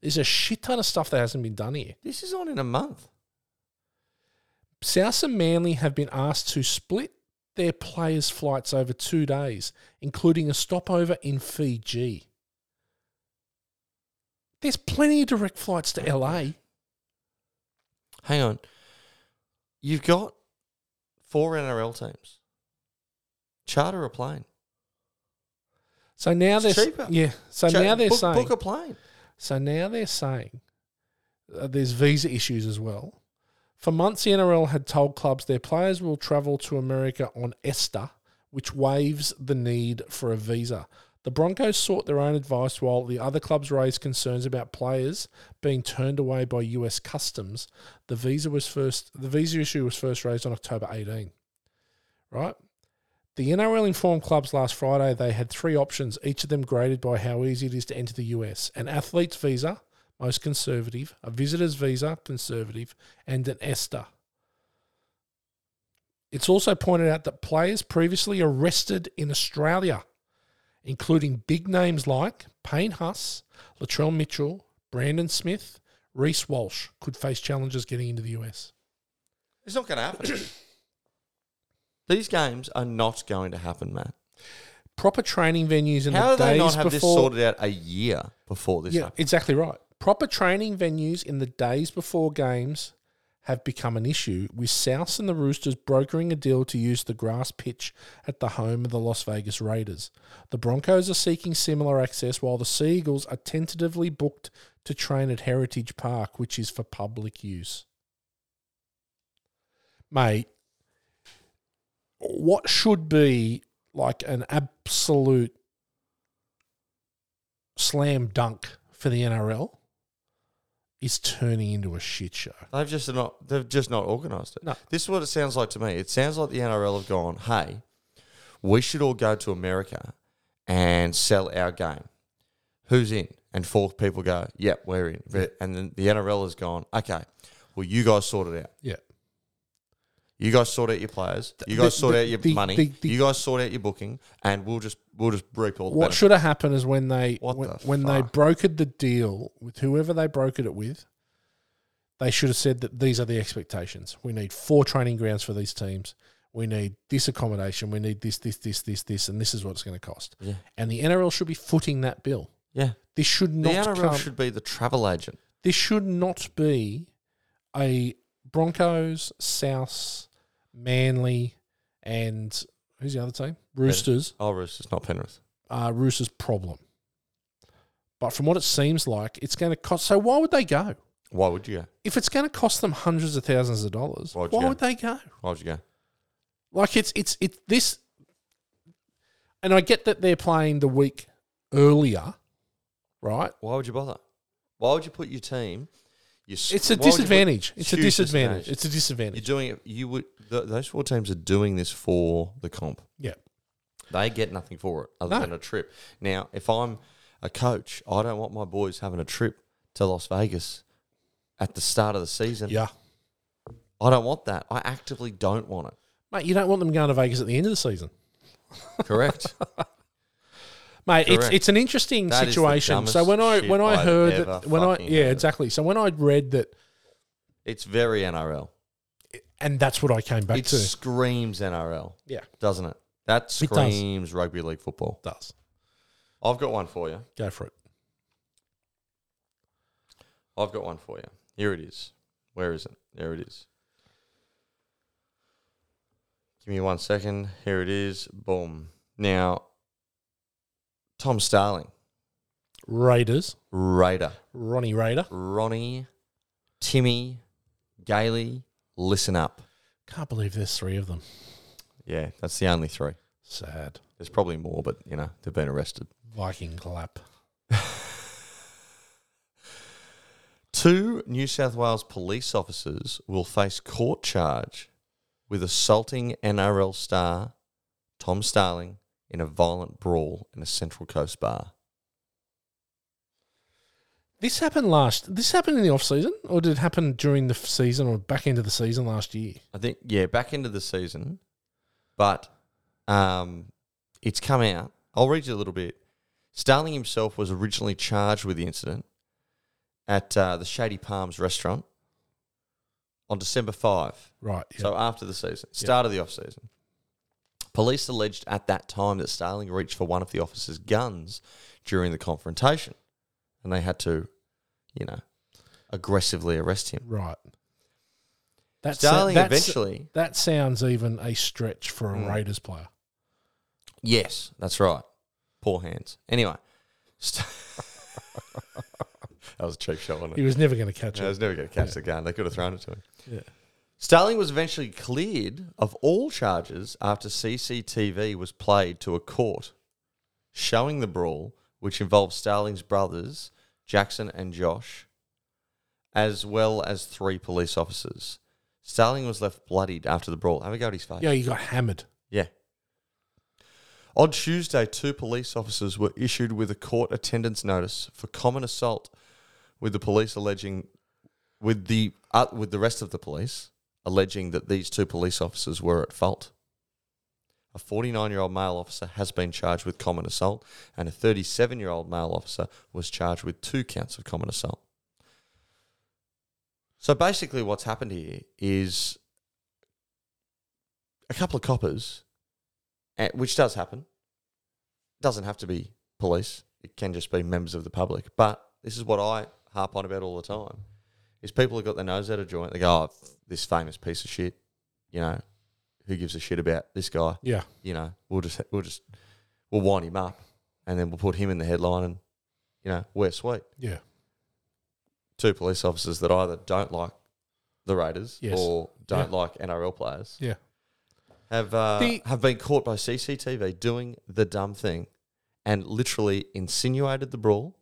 Speaker 1: There's a shit ton of stuff that hasn't been done here.
Speaker 2: This is on in a month.
Speaker 1: South and Manly have been asked to split their players' flights over two days, including a stopover in Fiji. There's plenty of direct flights to LA.
Speaker 2: Hang on. You've got four NRL teams. Charter a plane.
Speaker 1: So now
Speaker 2: It's
Speaker 1: they're
Speaker 2: cheaper.
Speaker 1: yeah. So
Speaker 2: Char-
Speaker 1: now they're
Speaker 2: book,
Speaker 1: saying
Speaker 2: book a plane.
Speaker 1: So now they're saying uh, there's visa issues as well. For months, the NRL had told clubs their players will travel to America on ESTA, which waives the need for a visa. The Broncos sought their own advice while the other clubs raised concerns about players being turned away by US customs. The visa was first the visa issue was first raised on October 18. Right? The NRL informed clubs last Friday they had three options, each of them graded by how easy it is to enter the US an athlete's visa, most conservative, a visitor's visa, conservative, and an ESTA. It's also pointed out that players previously arrested in Australia, including big names like Payne Huss, Latrell Mitchell, Brandon Smith, Reese Walsh, could face challenges getting into the US.
Speaker 2: It's not going to happen. These games are not going to happen, Matt.
Speaker 1: Proper training venues in
Speaker 2: How do
Speaker 1: the days
Speaker 2: they not have this
Speaker 1: before
Speaker 2: sorted out a year before this
Speaker 1: Yeah,
Speaker 2: happened?
Speaker 1: exactly right. Proper training venues in the days before games have become an issue, with Souths and the Roosters brokering a deal to use the grass pitch at the home of the Las Vegas Raiders. The Broncos are seeking similar access, while the Seagulls are tentatively booked to train at Heritage Park, which is for public use. mate, what should be like an absolute slam dunk for the NRL is turning into a shit show.
Speaker 2: They've just not. They've just not organised it.
Speaker 1: No.
Speaker 2: This is what it sounds like to me. It sounds like the NRL have gone, "Hey, we should all go to America and sell our game. Who's in?" And four people go, "Yep, we're in." But- And then the NRL has gone, "Okay, well, you guys sort it out.
Speaker 1: Yeah.
Speaker 2: You guys sort out your players. You
Speaker 1: The-
Speaker 2: guys sort
Speaker 1: the-
Speaker 2: out your
Speaker 1: the-
Speaker 2: money.
Speaker 1: the- the-
Speaker 2: you guys sort out your booking, and we'll just we'll just reap all the
Speaker 1: What
Speaker 2: benefits."
Speaker 1: should have happened is when they
Speaker 2: What
Speaker 1: when,
Speaker 2: the
Speaker 1: when they
Speaker 2: fuck?
Speaker 1: brokered the deal with whoever they brokered it with, they should have said that these are the expectations. We need four training grounds for these teams. We need this accommodation. We need this, this, this, this, this, and this is what it's going to cost.
Speaker 2: Yeah.
Speaker 1: And the NRL should be footing that bill.
Speaker 2: yeah,
Speaker 1: This should
Speaker 2: the
Speaker 1: not
Speaker 2: NRL
Speaker 1: come.
Speaker 2: should be the travel agent.
Speaker 1: this should not be a Broncos, South, Manly, and who's the other team? Roosters.
Speaker 2: Oh, Roosters, not Penrith.
Speaker 1: uh, Roosters' problem. But from what it seems like, it's going to cost. So why would they go?
Speaker 2: Why would you go?
Speaker 1: If it's going to cost them hundreds of thousands of dollars,
Speaker 2: Why'd you
Speaker 1: why
Speaker 2: go?
Speaker 1: would they go?
Speaker 2: Why would you go?
Speaker 1: Like it's it's it's this. And I get that they're playing the week earlier, right?
Speaker 2: Why would you bother? Why would you put your team? Your, s-
Speaker 1: It's a
Speaker 2: why would you put-
Speaker 1: disadvantage. It's a
Speaker 2: Huge
Speaker 1: disadvantage.
Speaker 2: disadvantage.
Speaker 1: It's a disadvantage.
Speaker 2: You're doing it. You would. Th- those four teams are doing this for the comp.
Speaker 1: Yeah.
Speaker 2: They get nothing for it other
Speaker 1: No.
Speaker 2: than a trip. Now, if I'm a coach, I don't want my boys having a trip to Las Vegas at the start of the season.
Speaker 1: Yeah.
Speaker 2: I don't want that. I actively don't want it.
Speaker 1: Mate, you don't want them going to Vegas at the end of the season.
Speaker 2: Correct.
Speaker 1: Mate, it's,
Speaker 2: Correct.
Speaker 1: it's an interesting
Speaker 2: That is the
Speaker 1: situation. So
Speaker 2: dumbest
Speaker 1: when I
Speaker 2: shit
Speaker 1: when I
Speaker 2: I've
Speaker 1: heard
Speaker 2: ever
Speaker 1: that when I
Speaker 2: fucking
Speaker 1: yeah
Speaker 2: heard.
Speaker 1: exactly. So when I read that,
Speaker 2: it's very NRL.
Speaker 1: and that's what I came back
Speaker 2: It
Speaker 1: to.
Speaker 2: screams NRL,
Speaker 1: Yeah,
Speaker 2: doesn't it? That
Speaker 1: It does.
Speaker 2: screams rugby league football.
Speaker 1: does
Speaker 2: I've got one for you.
Speaker 1: go for it.
Speaker 2: I've got one for you. Here it is. Where is it? There it is. Give me one second. Here it is. Boom. Now, Tom Starling,
Speaker 1: Raiders,
Speaker 2: Raider,
Speaker 1: Ronnie Raider.
Speaker 2: Ronnie, Timmy, Gailey, listen up.
Speaker 1: Can't believe there's three of them.
Speaker 2: Yeah, that's the only three.
Speaker 1: Sad.
Speaker 2: There's probably more, but you know they've been arrested.
Speaker 1: Viking clap.
Speaker 2: Two New South Wales police officers will face court charge with assaulting NRL star Tom Starling in a violent brawl in a Central Coast bar.
Speaker 1: This happened last. This happened in the off season, or did it happen during the f- season, or back into the season last year?
Speaker 2: I think yeah, back into the season, but um, it's come out. I'll read you a little bit. Starling himself was originally charged with the incident at uh, the Shady Palms restaurant on December five.
Speaker 1: Right. Yeah.
Speaker 2: So after the season, start of the off season, police alleged at that time that Starling reached for one of the officers' guns during the confrontation, and they had to, you know, aggressively arrest him.
Speaker 1: right. That's
Speaker 2: Starling
Speaker 1: that's-
Speaker 2: eventually,
Speaker 1: That sounds even a stretch for a
Speaker 2: Mm.
Speaker 1: Raiders player.
Speaker 2: yes, that's right. Poor hands. Anyway, St- that was a cheap shot, wasn't
Speaker 1: He
Speaker 2: it?
Speaker 1: was never going to catch
Speaker 2: I was
Speaker 1: it.
Speaker 2: never going to catch the gun. They could have thrown it to him.
Speaker 1: Yeah.
Speaker 2: Starling was eventually cleared of all charges after CCTV was played to a court showing the brawl, which involved Starling's brothers, Jackson and Josh, as well as three police officers. Starling was left bloodied after the brawl. Have a go at his face.
Speaker 1: Yeah, he got hammered.
Speaker 2: Yeah. On Tuesday, two police officers were issued with a court attendance notice for common assault, with the police alleging, with the uh, with the rest of the police alleging that these two police officers were at fault. A 49 year old male officer has been charged with common assault, and a 37 year old male officer was charged with two counts of common assault. So basically, what's happened here is a couple of coppers, eh, which does happen. Doesn't have to be police. It can just be members of the public. But this is what I harp on about all the time: is people have got their nose out of joint. They go, "Oh, f- this famous piece of shit," you know, who gives a shit about this guy?
Speaker 1: Yeah.
Speaker 2: You know, we'll just we'll just we'll wind him up, and then we'll put him in the headline, and you know, we're sweet.
Speaker 1: Yeah.
Speaker 2: Two police officers that either don't like the Raiders
Speaker 1: Yes.
Speaker 2: or don't
Speaker 1: Yeah.
Speaker 2: like NRL players
Speaker 1: Yeah.
Speaker 2: have uh,
Speaker 1: The-
Speaker 2: have been caught by CCTV doing the dumb thing and literally insinuated the brawl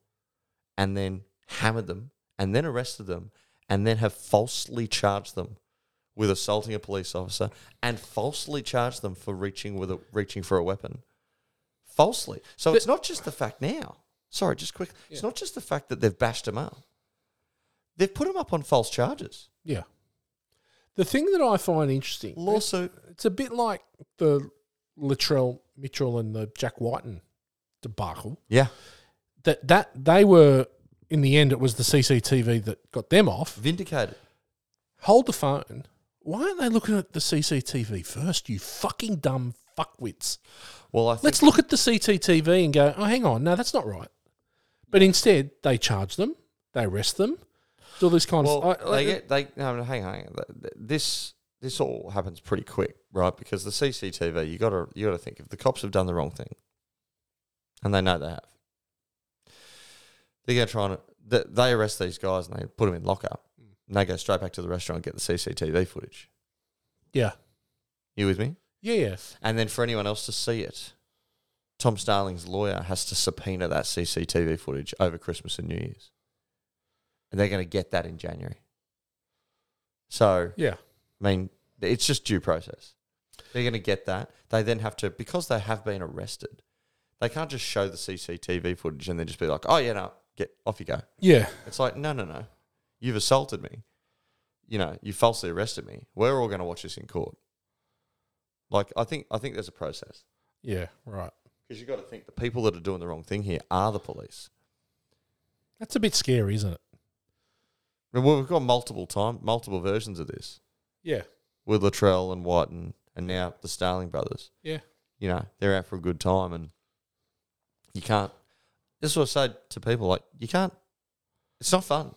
Speaker 2: and then hammered them and then arrested them and then have falsely charged them with assaulting a police officer and falsely charged them for reaching with a, reaching for a weapon falsely so it's not just the fact now sorry just quick it's not just the fact that they've bashed him up they've put him up on false charges
Speaker 1: Yeah. The thing that I find interesting,
Speaker 2: lawsuit
Speaker 1: it's a bit like the Latrell Mitchell and the Jack Whiten debacle.
Speaker 2: yeah
Speaker 1: That that they were in the end, it was the CCTV that got them off.
Speaker 2: vindicated
Speaker 1: Hold the phone. Why aren't they looking at the CCTV first? You fucking dumb fuckwits.
Speaker 2: well i think
Speaker 1: Let's look at the CCTV and go, oh, hang on, no, that's not right. But instead, they charge them, they arrest them, do all this kind
Speaker 2: Well,
Speaker 1: of. I- I-
Speaker 2: they get they. No, no, hang on, hang on. Th- th- This this all happens pretty quick, right? Because the CCTV, you gotta you gotta think if the cops have done the wrong thing, and they know they have, they're gonna try and th- they arrest these guys and they put them in lockup. And they go straight back to the restaurant and get the CCTV footage.
Speaker 1: yeah,
Speaker 2: You with me?
Speaker 1: yeah, yeah.
Speaker 2: And then for anyone else to see it, Tom Starling's lawyer has to subpoena that CCTV footage over Christmas and New Year's. And they're going to get that in January. So,
Speaker 1: Yeah.
Speaker 2: I mean, it's just due process. They're going to get that. They then have to, because they have been arrested, they can't just show the CCTV footage and then just be like, oh, yeah, no, get off you go.
Speaker 1: Yeah.
Speaker 2: It's like, no, no, no. You've assaulted me. You know, you falsely arrested me. We're all going to watch this in court. Like, I think, I think there's a process
Speaker 1: Yeah. Right.
Speaker 2: because you've got to think the people that are doing the wrong thing here are the police.
Speaker 1: That's a bit scary, isn't it?
Speaker 2: I mean, we've got multiple time, multiple versions of this
Speaker 1: Yeah.
Speaker 2: with Latrell and White and, and now the Starling brothers.
Speaker 1: Yeah.
Speaker 2: you know, they're out for a good time and you can't this is what I say to people, like, you can't it's not fun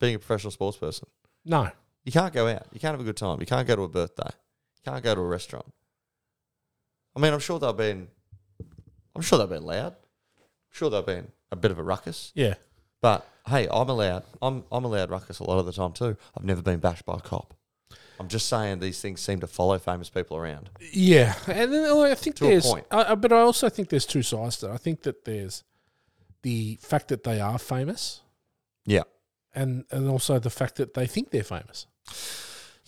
Speaker 2: being a professional sports person.
Speaker 1: No.
Speaker 2: You can't go out, you can't have a good time, you can't go to a birthday, you can't go to a restaurant. I mean, I'm sure they've been I'm sure they've been loud. I'm sure they've been a bit of a ruckus.
Speaker 1: Yeah.
Speaker 2: But hey, I'm allowed I'm I'm allowed ruckus a lot of the time too. I've never been bashed by a cop. I'm just saying these things seem to follow famous people around.
Speaker 1: Yeah, and then oh, I think
Speaker 2: To a
Speaker 1: there's,
Speaker 2: point.
Speaker 1: I, I- but I also think there's two sides to it. I think that there's the fact that they are famous,
Speaker 2: Yeah.
Speaker 1: and and also the fact that they think they're famous. So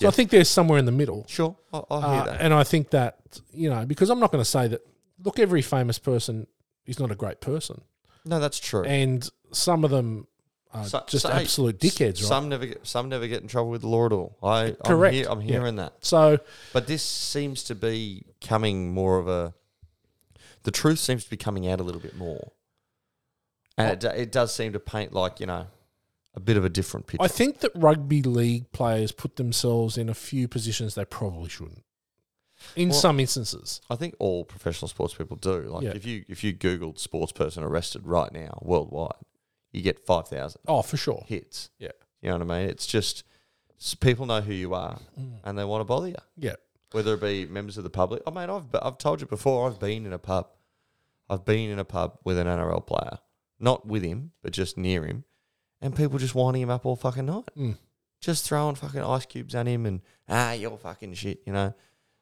Speaker 2: Yeah.
Speaker 1: I think there's somewhere in the middle,
Speaker 2: Sure. I, I hear
Speaker 1: Uh,
Speaker 2: that.
Speaker 1: and I think that you know because I'm not going to say that. Look, every famous person is not a great person,
Speaker 2: No, that's true.
Speaker 1: and some of them are
Speaker 2: So-
Speaker 1: just
Speaker 2: so, hey,
Speaker 1: absolute dickheads, right?
Speaker 2: Some never get some never get in trouble with the law at all. I
Speaker 1: Correct.
Speaker 2: I'm, hear- I'm
Speaker 1: Yeah.
Speaker 2: hearing that,
Speaker 1: so
Speaker 2: but this seems to be coming more of a. The truth seems to be coming out a little bit more, and it, do- it does seem to paint like you know a bit of a different picture.
Speaker 1: I think that rugby league players put themselves in a few positions they probably shouldn't. In
Speaker 2: Well-
Speaker 1: some instances,
Speaker 2: I think all professional sports people do. Like
Speaker 1: Yeah.
Speaker 2: if you if you googled sports person arrested right now worldwide, you get five thousand.
Speaker 1: oh, for sure.
Speaker 2: hits.
Speaker 1: Yeah.
Speaker 2: You know what I mean? It's just s- people know who you are
Speaker 1: Mm.
Speaker 2: and they want to bother you.
Speaker 1: Yeah.
Speaker 2: Whether it be members of the public. I mean, I've, be- I've told you before, I've been in a pub. I've been in a pub with an NRL player, not with him, but just near him, and people just winding him up all fucking night.
Speaker 1: Mm.
Speaker 2: Just throwing fucking ice cubes at him and, ah, you're fucking shit, you know.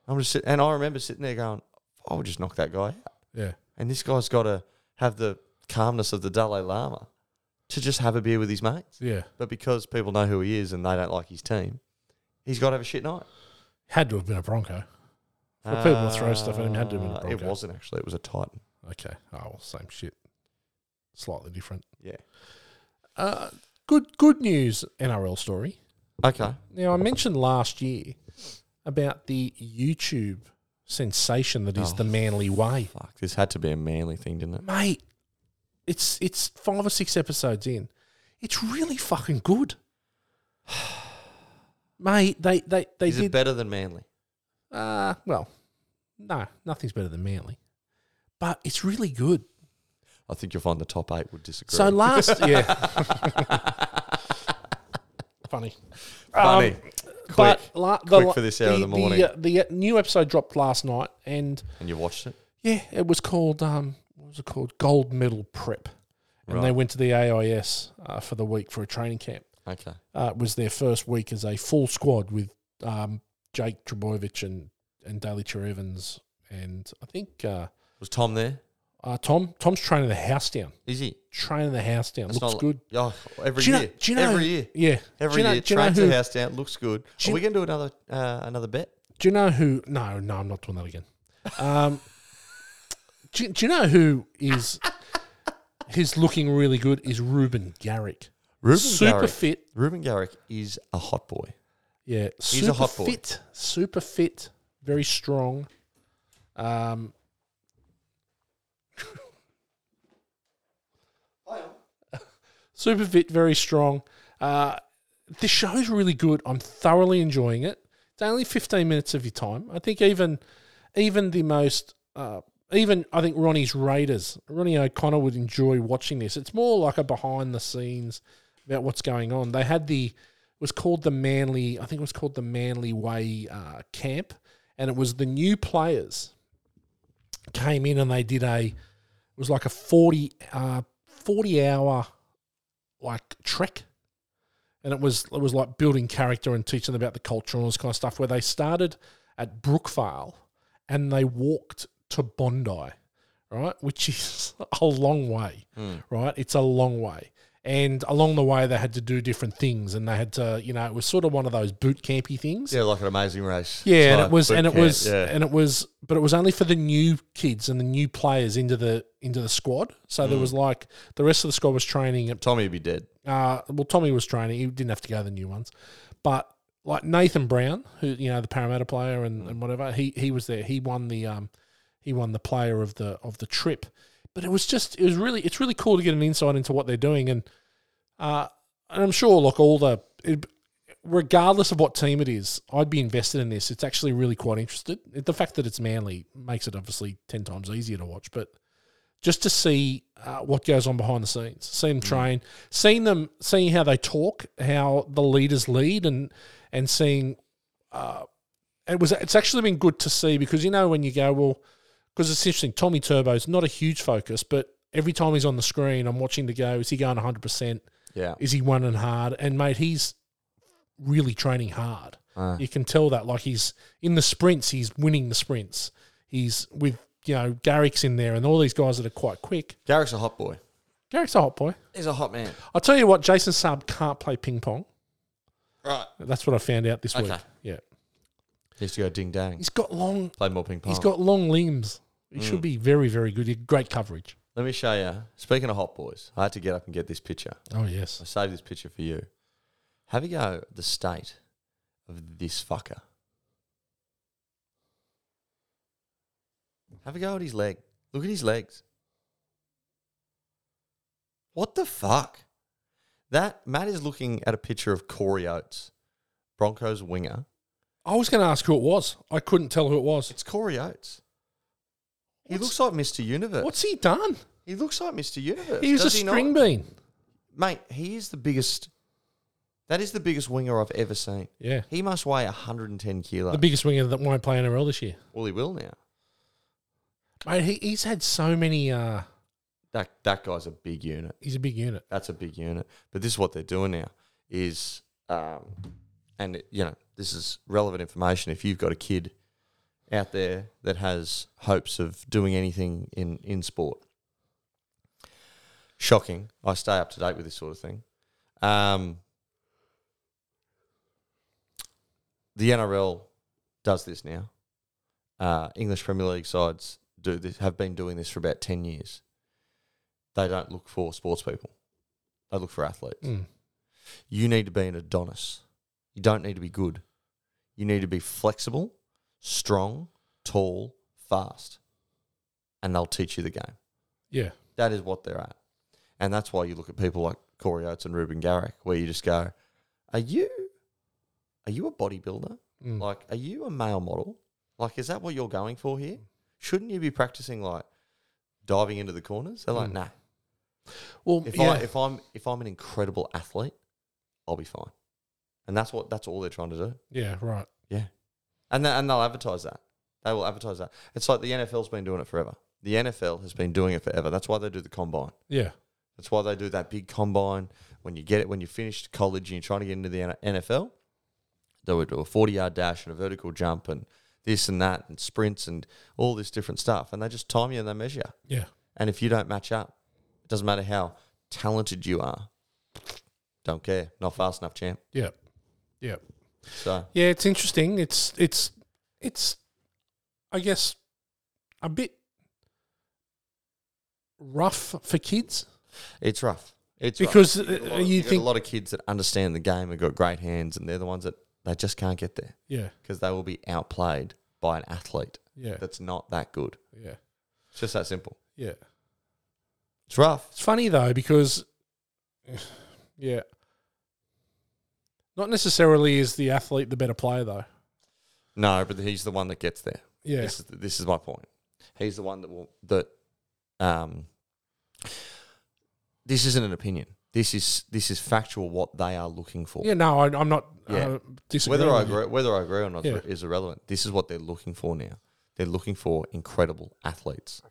Speaker 2: I'm just sit- and I remember sitting there going, I would just knock that guy out.
Speaker 1: Yeah.
Speaker 2: And this guy's got to have the calmness of the Dalai Lama to just have a beer with his mates.
Speaker 1: Yeah.
Speaker 2: But because people know who he is and they don't like his team, he's got to have a shit night.
Speaker 1: Had to have been a Bronco. For people to throw stuff at him, had to have been a
Speaker 2: Uh, It
Speaker 1: Bronco.
Speaker 2: wasn't actually. It was a Titan.
Speaker 1: Okay. Oh, well, same shit. Slightly different.
Speaker 2: Yeah.
Speaker 1: Uh, good good news NRL story.
Speaker 2: Okay.
Speaker 1: Now I mentioned last year about the YouTube sensation that is
Speaker 2: Oh.
Speaker 1: the Manly Way,
Speaker 2: Fuck. This had to be a manly thing, didn't it?
Speaker 1: mate. It's it's five or six episodes in. It's really fucking good, mate. They they they
Speaker 2: Is it
Speaker 1: did.
Speaker 2: better than manly?
Speaker 1: uh, well, no, nothing's better than Manly, but it's really good.
Speaker 2: I think you'll find the top eight would disagree.
Speaker 1: So last, yeah. Funny.
Speaker 2: Funny.
Speaker 1: Um,
Speaker 2: Quick.
Speaker 1: But la- the,
Speaker 2: Quick
Speaker 1: la-
Speaker 2: for this hour of the morning.
Speaker 1: The, uh, the, uh, new episode dropped last night, and
Speaker 2: and you watched it?
Speaker 1: yeah, it was called um, what was it called? Gold Medal Prep, and they
Speaker 2: Right.
Speaker 1: went to the AIS uh, for the week for a training camp.
Speaker 2: Okay.
Speaker 1: Uh, was their first week as a full squad with um, Jake Trebojevic and and Daly Cher Evans and I think uh,
Speaker 2: Was Tom there?
Speaker 1: uh, Tom Tom's training the house down.
Speaker 2: Is he?
Speaker 1: Training the house down
Speaker 2: That's
Speaker 1: looks
Speaker 2: not-
Speaker 1: good.
Speaker 2: Oh, every
Speaker 1: Do you know-
Speaker 2: year.
Speaker 1: do you know-
Speaker 2: every year.
Speaker 1: Yeah.
Speaker 2: Every
Speaker 1: do you know,
Speaker 2: year.
Speaker 1: do you know
Speaker 2: Train to
Speaker 1: who-
Speaker 2: the house down. Looks good.
Speaker 1: Do you-
Speaker 2: Are we going to do another uh, another bet?
Speaker 1: Do you know who? No, no, I'm not doing that again. Um, do, do you know who is who's looking really good? Is Ruben Garrick,
Speaker 2: Ruben
Speaker 1: super
Speaker 2: Garrick.
Speaker 1: fit.
Speaker 2: Ruben Garrick is a hot boy.
Speaker 1: Yeah,
Speaker 2: He's a
Speaker 1: super
Speaker 2: hot boy.
Speaker 1: fit, super fit, very strong. Um, super fit, very strong. Uh, the show's really good. I'm thoroughly enjoying it. It's only 15 minutes of your time. I think even even the most uh, even I think Ronnie's Raiders, Ronnie O'Connor would enjoy watching this. It's more like a behind the scenes about what's going on. They had the it was called the Manly, I think it was called the Manly Way uh, camp, and it was the new players came in and they did a it was like a 40 uh 40 hour like trek and it was it was like building character and teaching them about the culture and all this kind of stuff. Where they started at Brookvale and they walked to Bondi, right, which is a long way, right? It's a long way, and along the way they had to do different things, and they had to, you know, it was sort of one of those boot campy things.
Speaker 2: Yeah, like an amazing race.
Speaker 1: Yeah, and
Speaker 2: type
Speaker 1: it was,
Speaker 2: boot
Speaker 1: and it
Speaker 2: camp.
Speaker 1: was,
Speaker 2: Yeah.
Speaker 1: and it was, but it was only for the new kids and the new players into the into the squad. So
Speaker 2: Mm.
Speaker 1: there was like the rest of the squad was training at
Speaker 2: Tommy would be dead.
Speaker 1: uh, well, Tommy was training. He didn't have to go to the new ones. But like Nathan Brown, who you know the Parramatta player and, and whatever, he he was there. He won the um, he won the player of the of the trip. But it was just it was really it's really cool to get an insight into what they're doing and uh, and I'm sure like all the it, regardless of what team it is, I'd be invested in this. It's actually really quite interested. The fact that it's Manly makes it obviously ten times easier to watch, but just to see uh, what goes on behind the scenes, seeing them train, seeing them, seeing how they talk, how the leaders lead, and and seeing. Uh, it was. It's actually been good to see because you know when you go well, because it's interesting. Tommy Turbo's not a huge focus, but every time he's on the screen, I'm watching to go. Is he going 100? percent
Speaker 2: Yeah.
Speaker 1: Is he running hard? And mate, he's really training hard.
Speaker 2: Uh.
Speaker 1: You can tell that. Like he's in the sprints, he's winning the sprints. He's with you know Garrick's in there, and all these guys that are quite quick.
Speaker 2: Garrick's a hot boy.
Speaker 1: Garrick's a hot boy.
Speaker 2: He's a hot man.
Speaker 1: I'll tell you what, Jason Saab can't play ping pong.
Speaker 2: Right.
Speaker 1: That's what I found out this week.
Speaker 2: Okay.
Speaker 1: Yeah,
Speaker 2: He used to go ding dang.
Speaker 1: he's got long.
Speaker 2: Play more ping pong.
Speaker 1: He's got long limbs. He
Speaker 2: Mm.
Speaker 1: should be very, very good. He- Great coverage.
Speaker 2: Let me show you. Speaking of hot boys, I had to get up and get this picture.
Speaker 1: Oh yes.
Speaker 2: I saved this picture for you. Have a go at the state of this fucker. Have a go at his leg. Look at his legs. What the fuck? That Matt is looking at a picture of Corey Oates, Broncos winger.
Speaker 1: I was going to ask who it was. I couldn't tell who it was.
Speaker 2: It's Corey Oates. He
Speaker 1: What's-
Speaker 2: looks like Mr. Universe.
Speaker 1: What's he done?
Speaker 2: He looks like Mr. Universe.
Speaker 1: He was a
Speaker 2: does not?
Speaker 1: string bean.
Speaker 2: Mate, he is the biggest. That is the biggest winger I've ever seen.
Speaker 1: Yeah,
Speaker 2: He must weigh 110 kilo.
Speaker 1: the biggest winger that won't play NRL this year.
Speaker 2: well, he will now.
Speaker 1: Mate, he, he's had so many. Uh,
Speaker 2: That that guy's a big unit.
Speaker 1: he's a big unit.
Speaker 2: That's a big unit. But this is what they're doing now is, um, and it, you know, this is relevant information. If you've got a kid out there that has hopes of doing anything in in sport, shocking. I stay up to date with this sort of thing. Um, the NRL does this now. Uh, English Premier League sides do this, have been doing this for about ten years. They don't look for sports people; they look for athletes.
Speaker 1: Mm.
Speaker 2: You need to be an Adonis. You don't need to be good. You need to be flexible, strong, tall, fast, and they'll teach you the game.
Speaker 1: Yeah,
Speaker 2: That is what they're at. And that's why you look at people like Corey Oates and Ruben Garrick, where you just go, Are you are you a bodybuilder?
Speaker 1: Mm.
Speaker 2: Like, are you a male model? Like, is that what you're going for here? Shouldn't you be practicing like diving into the corners? They're like,
Speaker 1: Mm.
Speaker 2: nah.
Speaker 1: Well,
Speaker 2: If
Speaker 1: yeah.
Speaker 2: I if I'm if I'm an incredible athlete, I'll be fine. And that's what that's all they're trying to do.
Speaker 1: yeah, right.
Speaker 2: And they, and they'll advertise that. They will advertise that. It's like the NFL's been doing it forever. The NFL has been doing it forever. That's why they do the combine.
Speaker 1: Yeah,
Speaker 2: That's why they do that big combine When you get it, when you finished college and you're trying to get into the N- NFL, they would do a 40 yard dash and a vertical jump and this and that and sprints and all this different stuff. And they just time you and they measure you.
Speaker 1: Yeah.
Speaker 2: And if you don't match up, it doesn't matter how talented you are. Don't care. Not fast enough, champ.
Speaker 1: Yeah. Yeah.
Speaker 2: So
Speaker 1: Yeah, it's interesting. It's it's it's I guess a bit rough for kids
Speaker 2: it's rough. It's rough.
Speaker 1: because
Speaker 2: You get a
Speaker 1: uh,
Speaker 2: lot of-
Speaker 1: you
Speaker 2: you get a
Speaker 1: think
Speaker 2: lot of kids that understand the game and got great hands, and they're the ones that they just can't get there
Speaker 1: yeah
Speaker 2: because they will be outplayed by an athlete
Speaker 1: yeah
Speaker 2: that's not that good.
Speaker 1: yeah
Speaker 2: It's just that simple.
Speaker 1: yeah
Speaker 2: It's rough.
Speaker 1: It's funny though because, yeah, not necessarily is the athlete the better player though.
Speaker 2: No, but he's the one that gets there.
Speaker 1: Yeah,
Speaker 2: This is this is my point. He's the one that will that. Um, this isn't an opinion. This is this is factual. What they are looking for.
Speaker 1: yeah. No, I, I'm not
Speaker 2: Yeah.
Speaker 1: uh, disagreeing.
Speaker 2: Whether I
Speaker 1: with you.
Speaker 2: agree, whether I agree or not
Speaker 1: Yeah.
Speaker 2: is irrelevant. This is what they're looking for now. They're looking for incredible athletes,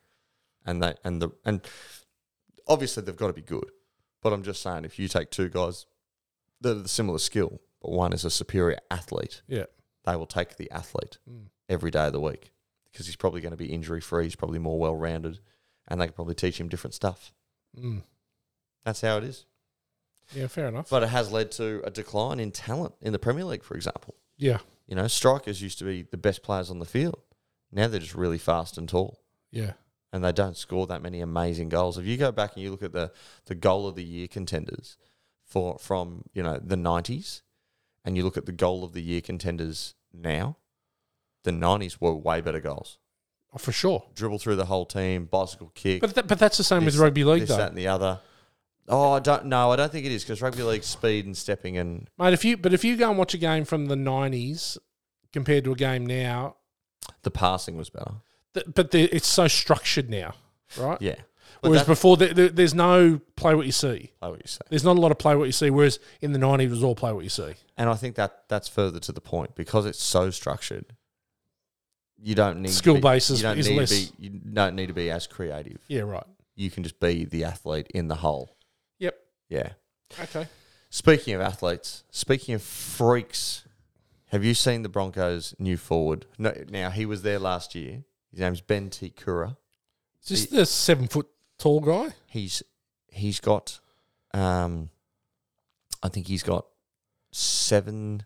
Speaker 2: and they and the and obviously they've got to be good. But I'm just saying, if you take two guys that are the similar skill, but one is a superior athlete,
Speaker 1: Yeah.
Speaker 2: they will take the athlete
Speaker 1: Mm.
Speaker 2: every day of the week because he's probably going to be injury free. He's probably more well rounded, and they can probably teach him different stuff.
Speaker 1: Mm.
Speaker 2: That's how it is.
Speaker 1: Yeah, fair enough.
Speaker 2: But it has led to a decline in talent in the Premier League, for example.
Speaker 1: Yeah,
Speaker 2: You know, strikers used to be the best players on the field. Now they're just really fast and tall,
Speaker 1: yeah,
Speaker 2: and they don't score that many amazing goals. If you go back and you look at the the goal of the year contenders for from you know the nineties, and you look at the goal of the year contenders now, the nineties were way better goals.
Speaker 1: oh, for sure.
Speaker 2: Dribble through the whole team, bicycle kick,
Speaker 1: But that, but that's the same with
Speaker 2: This-
Speaker 1: rugby league
Speaker 2: this,
Speaker 1: though,
Speaker 2: that, and the other. Oh, I don't. No, I don't think it is because rugby league speed and stepping and
Speaker 1: mate. If you but if you go and watch a game from the '90s compared to a game now,
Speaker 2: the passing was better.
Speaker 1: th- but the, it's so structured now, right?
Speaker 2: Yeah, but
Speaker 1: Whereas
Speaker 2: that's
Speaker 1: before, there, there, there's no play what you see.
Speaker 2: I know what you say.
Speaker 1: There's not a lot of play what you see. Whereas in the '90s, it was all play what you see.
Speaker 2: And I think that that's further to the point because it's so structured. You don't need
Speaker 1: Skill
Speaker 2: to be,
Speaker 1: base is-
Speaker 2: you don't
Speaker 1: is
Speaker 2: need
Speaker 1: less.
Speaker 2: To be, you don't need to be as creative.
Speaker 1: Yeah, right.
Speaker 2: You can just be the athlete in the hole.
Speaker 1: Yep.
Speaker 2: Yeah.
Speaker 1: Okay.
Speaker 2: Speaking of athletes, speaking of freaks, have you seen the Broncos' new forward? No, now he was there last year. His name's Ben Tikura.
Speaker 1: Is this the seven foot tall guy?
Speaker 2: He's he's got, um, I think he's got seven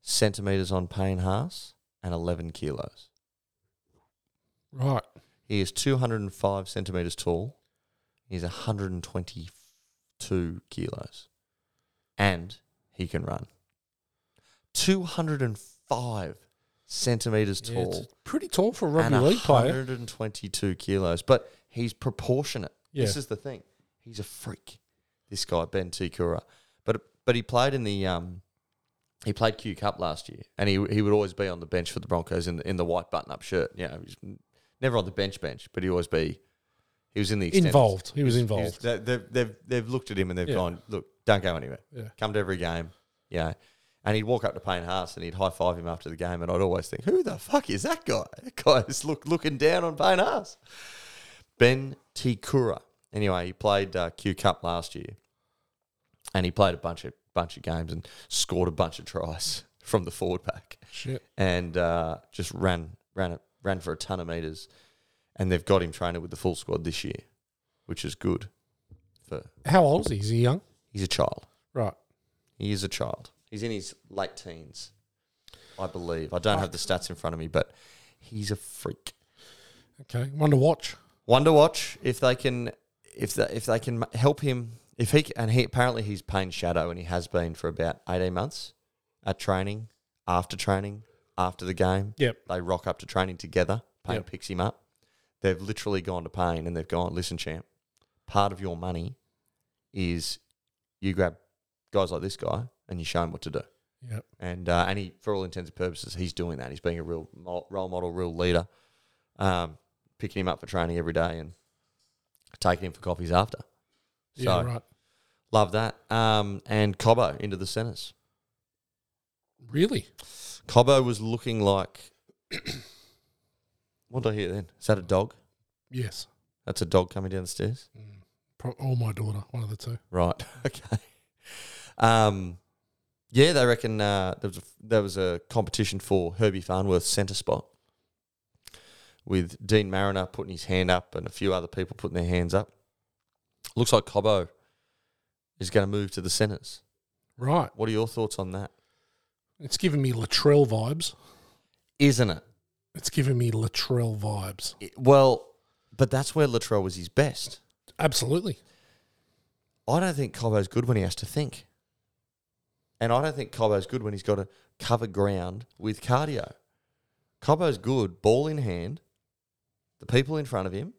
Speaker 2: centimeters on Payne Haas and eleven kilos.
Speaker 1: Right.
Speaker 2: He is 205 centimeters tall. He's 122 kilos. And he can run. 205 centimeters
Speaker 1: Yeah, it's
Speaker 2: tall.
Speaker 1: pretty tall for a
Speaker 2: and
Speaker 1: rugby league player.
Speaker 2: 122 kilos. But he's proportionate.
Speaker 1: Yeah.
Speaker 2: This is the thing. He's a freak. This guy, Ben Tikura. But but he played in the um he played Q Cup last year and he he would always be on the bench for the Broncos in the in the white button up shirt. You know, he's never on the bench bench, but he always be he was in the extended.
Speaker 1: Involved. He was
Speaker 2: He was-
Speaker 1: involved.
Speaker 2: they- they've, they've they've looked at him and they've
Speaker 1: Yeah.
Speaker 2: gone, look, don't go anywhere.
Speaker 1: Yeah.
Speaker 2: Come to every game. You know. And he'd walk up to Payne Haas and he'd high five him after the game, and I'd always think, "Who the fuck is that guy? That guy is look looking down on Payne Haas." Ben Tikura. Anyway, he played uh, Q Cup last year, and he played a bunch of bunch of games and scored a bunch of tries from the forward pack,
Speaker 1: Shit.
Speaker 2: and uh, just ran ran it ran for a ton of meters, and they've got him training with the full squad this year, which is good. For
Speaker 1: How old is he? Is he young?
Speaker 2: he's a child.
Speaker 1: Right.
Speaker 2: He is a child. He's in his late teens, I believe. I don't have the stats in front of me, but he's a freak.
Speaker 1: Okay. One to watch.
Speaker 2: Wonder Watch if they can if they, if they can m- help him if he c- and he apparently he's pain shadow and he has been for about eighteen months at training after training after the game
Speaker 1: Yep.
Speaker 2: they rock up to training together Payne
Speaker 1: Yep.
Speaker 2: picks him up they've literally gone to Payne and they've gone listen champ part of your money is you grab guys like this guy and you show him what to do
Speaker 1: Yep.
Speaker 2: and uh, and he, for all intents and purposes, he's doing that. He's being a real mo- role model, real leader, um, picking him up for training every day and taking him for coffees after.
Speaker 1: Yeah.
Speaker 2: So-
Speaker 1: Right.
Speaker 2: Love that. Um, and Cobbo into the centres.
Speaker 1: Really?
Speaker 2: Cobbo was looking like. what did I hear then? Is that a dog?
Speaker 1: Yes. Hmm.
Speaker 2: That's a dog coming down the stairs.
Speaker 1: Pro- or my daughter, one of the two.
Speaker 2: Right. Okay. Um, yeah, they reckon uh, there was a, there was a competition for Herbie Farnworth's centre spot, with Dean Mariner putting his hand up and a few other people putting their hands up. Looks like Cobbo is going to move to the centres.
Speaker 1: Right.
Speaker 2: What are your thoughts on that?
Speaker 1: It's giving me Latrell vibes.
Speaker 2: Isn't it?
Speaker 1: It's giving me Latrell vibes.
Speaker 2: It- well, but that's where Latrell was his best.
Speaker 1: Absolutely.
Speaker 2: I don't think Cobbo's good when he has to think, and I don't think Cobbo's good when he's got to cover ground with cardio. Cobbo's good, ball in hand, the people in front of him,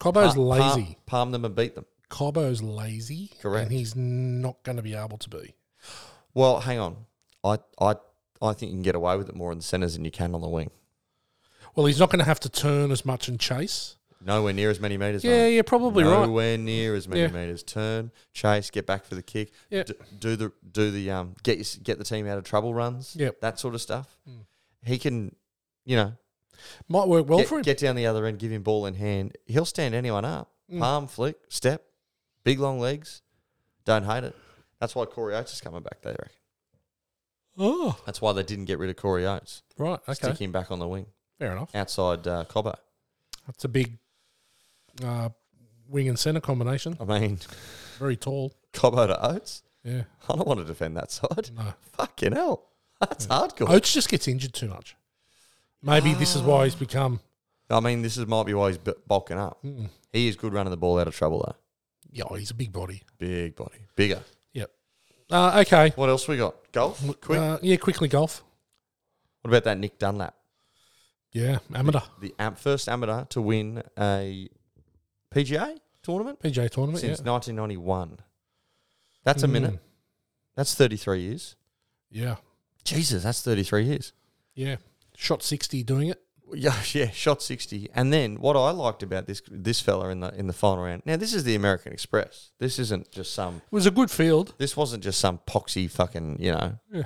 Speaker 1: Cobbo's
Speaker 2: Pa- pa-
Speaker 1: lazy.
Speaker 2: palm them and beat them.
Speaker 1: Cobbo's lazy.
Speaker 2: Correct.
Speaker 1: And he's not going to be able to be.
Speaker 2: Well, hang on. I I I think you can get away with it more in the centres than you can on the wing.
Speaker 1: Well, he's not going to have to turn as much and chase.
Speaker 2: Nowhere near as many metres.
Speaker 1: Yeah,
Speaker 2: mate.
Speaker 1: you're probably
Speaker 2: Nowhere
Speaker 1: right.
Speaker 2: near as many
Speaker 1: Yeah.
Speaker 2: metres. Turn, chase, get back for the kick.
Speaker 1: Yeah.
Speaker 2: D- do the do the um get your, get the team out of trouble runs.
Speaker 1: Yep. Mm.
Speaker 2: That sort of stuff. He can, you know,
Speaker 1: Might work well for him.
Speaker 2: get, get down the other end, give him ball in hand. He'll stand anyone up.
Speaker 1: Mm.
Speaker 2: Palm flick, step, big long legs. Don't hate it. That's why Corey Oates is coming back. They reckon.
Speaker 1: oh,
Speaker 2: That's why they didn't get rid of Corey Oates.
Speaker 1: right. Okay.
Speaker 2: Stick him back on the wing.
Speaker 1: Fair enough.
Speaker 2: outside uh, Cobbo.
Speaker 1: That's a big uh, wing and centre combination.
Speaker 2: I mean,
Speaker 1: Very tall.
Speaker 2: Cobbo to Oates.
Speaker 1: Yeah.
Speaker 2: I don't want to defend that side.
Speaker 1: No.
Speaker 2: Fucking hell. That's hardcore.
Speaker 1: Oates just gets injured too much. Maybe this is why he's become.
Speaker 2: I mean, this is might be why he's bu- bulking up. He is good running the ball out of trouble, though.
Speaker 1: Yeah, oh, he's a big body.
Speaker 2: Big body. Bigger.
Speaker 1: Yep. Uh, okay.
Speaker 2: What else we got? Golf? Quick.
Speaker 1: Uh, yeah, quickly golf.
Speaker 2: what about that Nick Dunlap?
Speaker 1: Yeah, amateur
Speaker 2: The am- first amateur to win a PGA tournament
Speaker 1: PJ tournament.
Speaker 2: since
Speaker 1: Yeah.
Speaker 2: 1991. That's a minute.
Speaker 1: Mm.
Speaker 2: That's 33 years.
Speaker 1: yeah,
Speaker 2: Jesus, that's 33 years.
Speaker 1: yeah. Shot sixty doing it.
Speaker 2: Yeah, yeah, shot sixty. And then what I liked about this this fella in the in the final round. Now this is the American Express. This isn't just some.
Speaker 1: It was a good field.
Speaker 2: This wasn't just some poxy fucking you know.
Speaker 1: Yeah.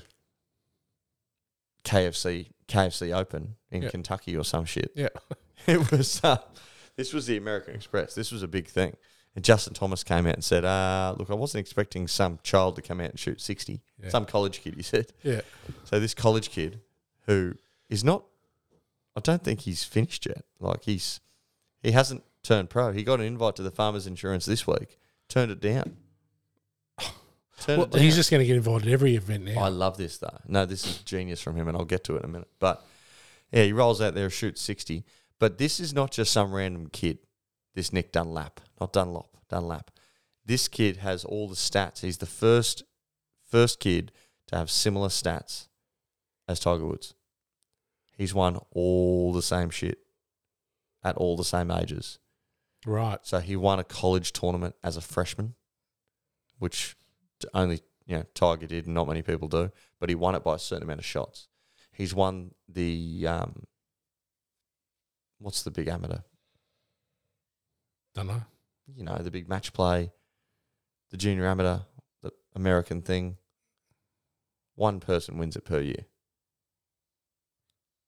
Speaker 2: KFC KFC Open in
Speaker 1: Yeah.
Speaker 2: Kentucky or some shit.
Speaker 1: Yeah,
Speaker 2: It was. Uh, this was the American Express. This was a big thing. And Justin Thomas came out and said, uh, "Look, I wasn't expecting some child to come out and shoot sixty.
Speaker 1: Yeah.
Speaker 2: Some college kid." He said.
Speaker 1: yeah.
Speaker 2: So this college kid who is not I don't think he's finished yet. Like he's he hasn't turned pro. He got an invite to the farmers insurance this week, turned it down. Turned
Speaker 1: Well,
Speaker 2: it down.
Speaker 1: he's just going to get invited to every event now.
Speaker 2: I love this though. No, this is genius from him and I'll get to it in a minute. But yeah, he rolls out there, shoots sixty. But this is not just some random kid. This Nick Dunlap. Not Dunlop, Dunlap. This kid has all the stats. He's the first first kid to have similar stats as Tiger Woods. He's won all the same shit at all the same ages.
Speaker 1: right.
Speaker 2: So he won a college tournament as a freshman, which t- only you know Tiger did, and not many people do. But he won it by a certain amount of shots. He's won the um, what's the big amateur?
Speaker 1: Don't know.
Speaker 2: You know, the big match play, the junior amateur, the American thing. One person wins it per year.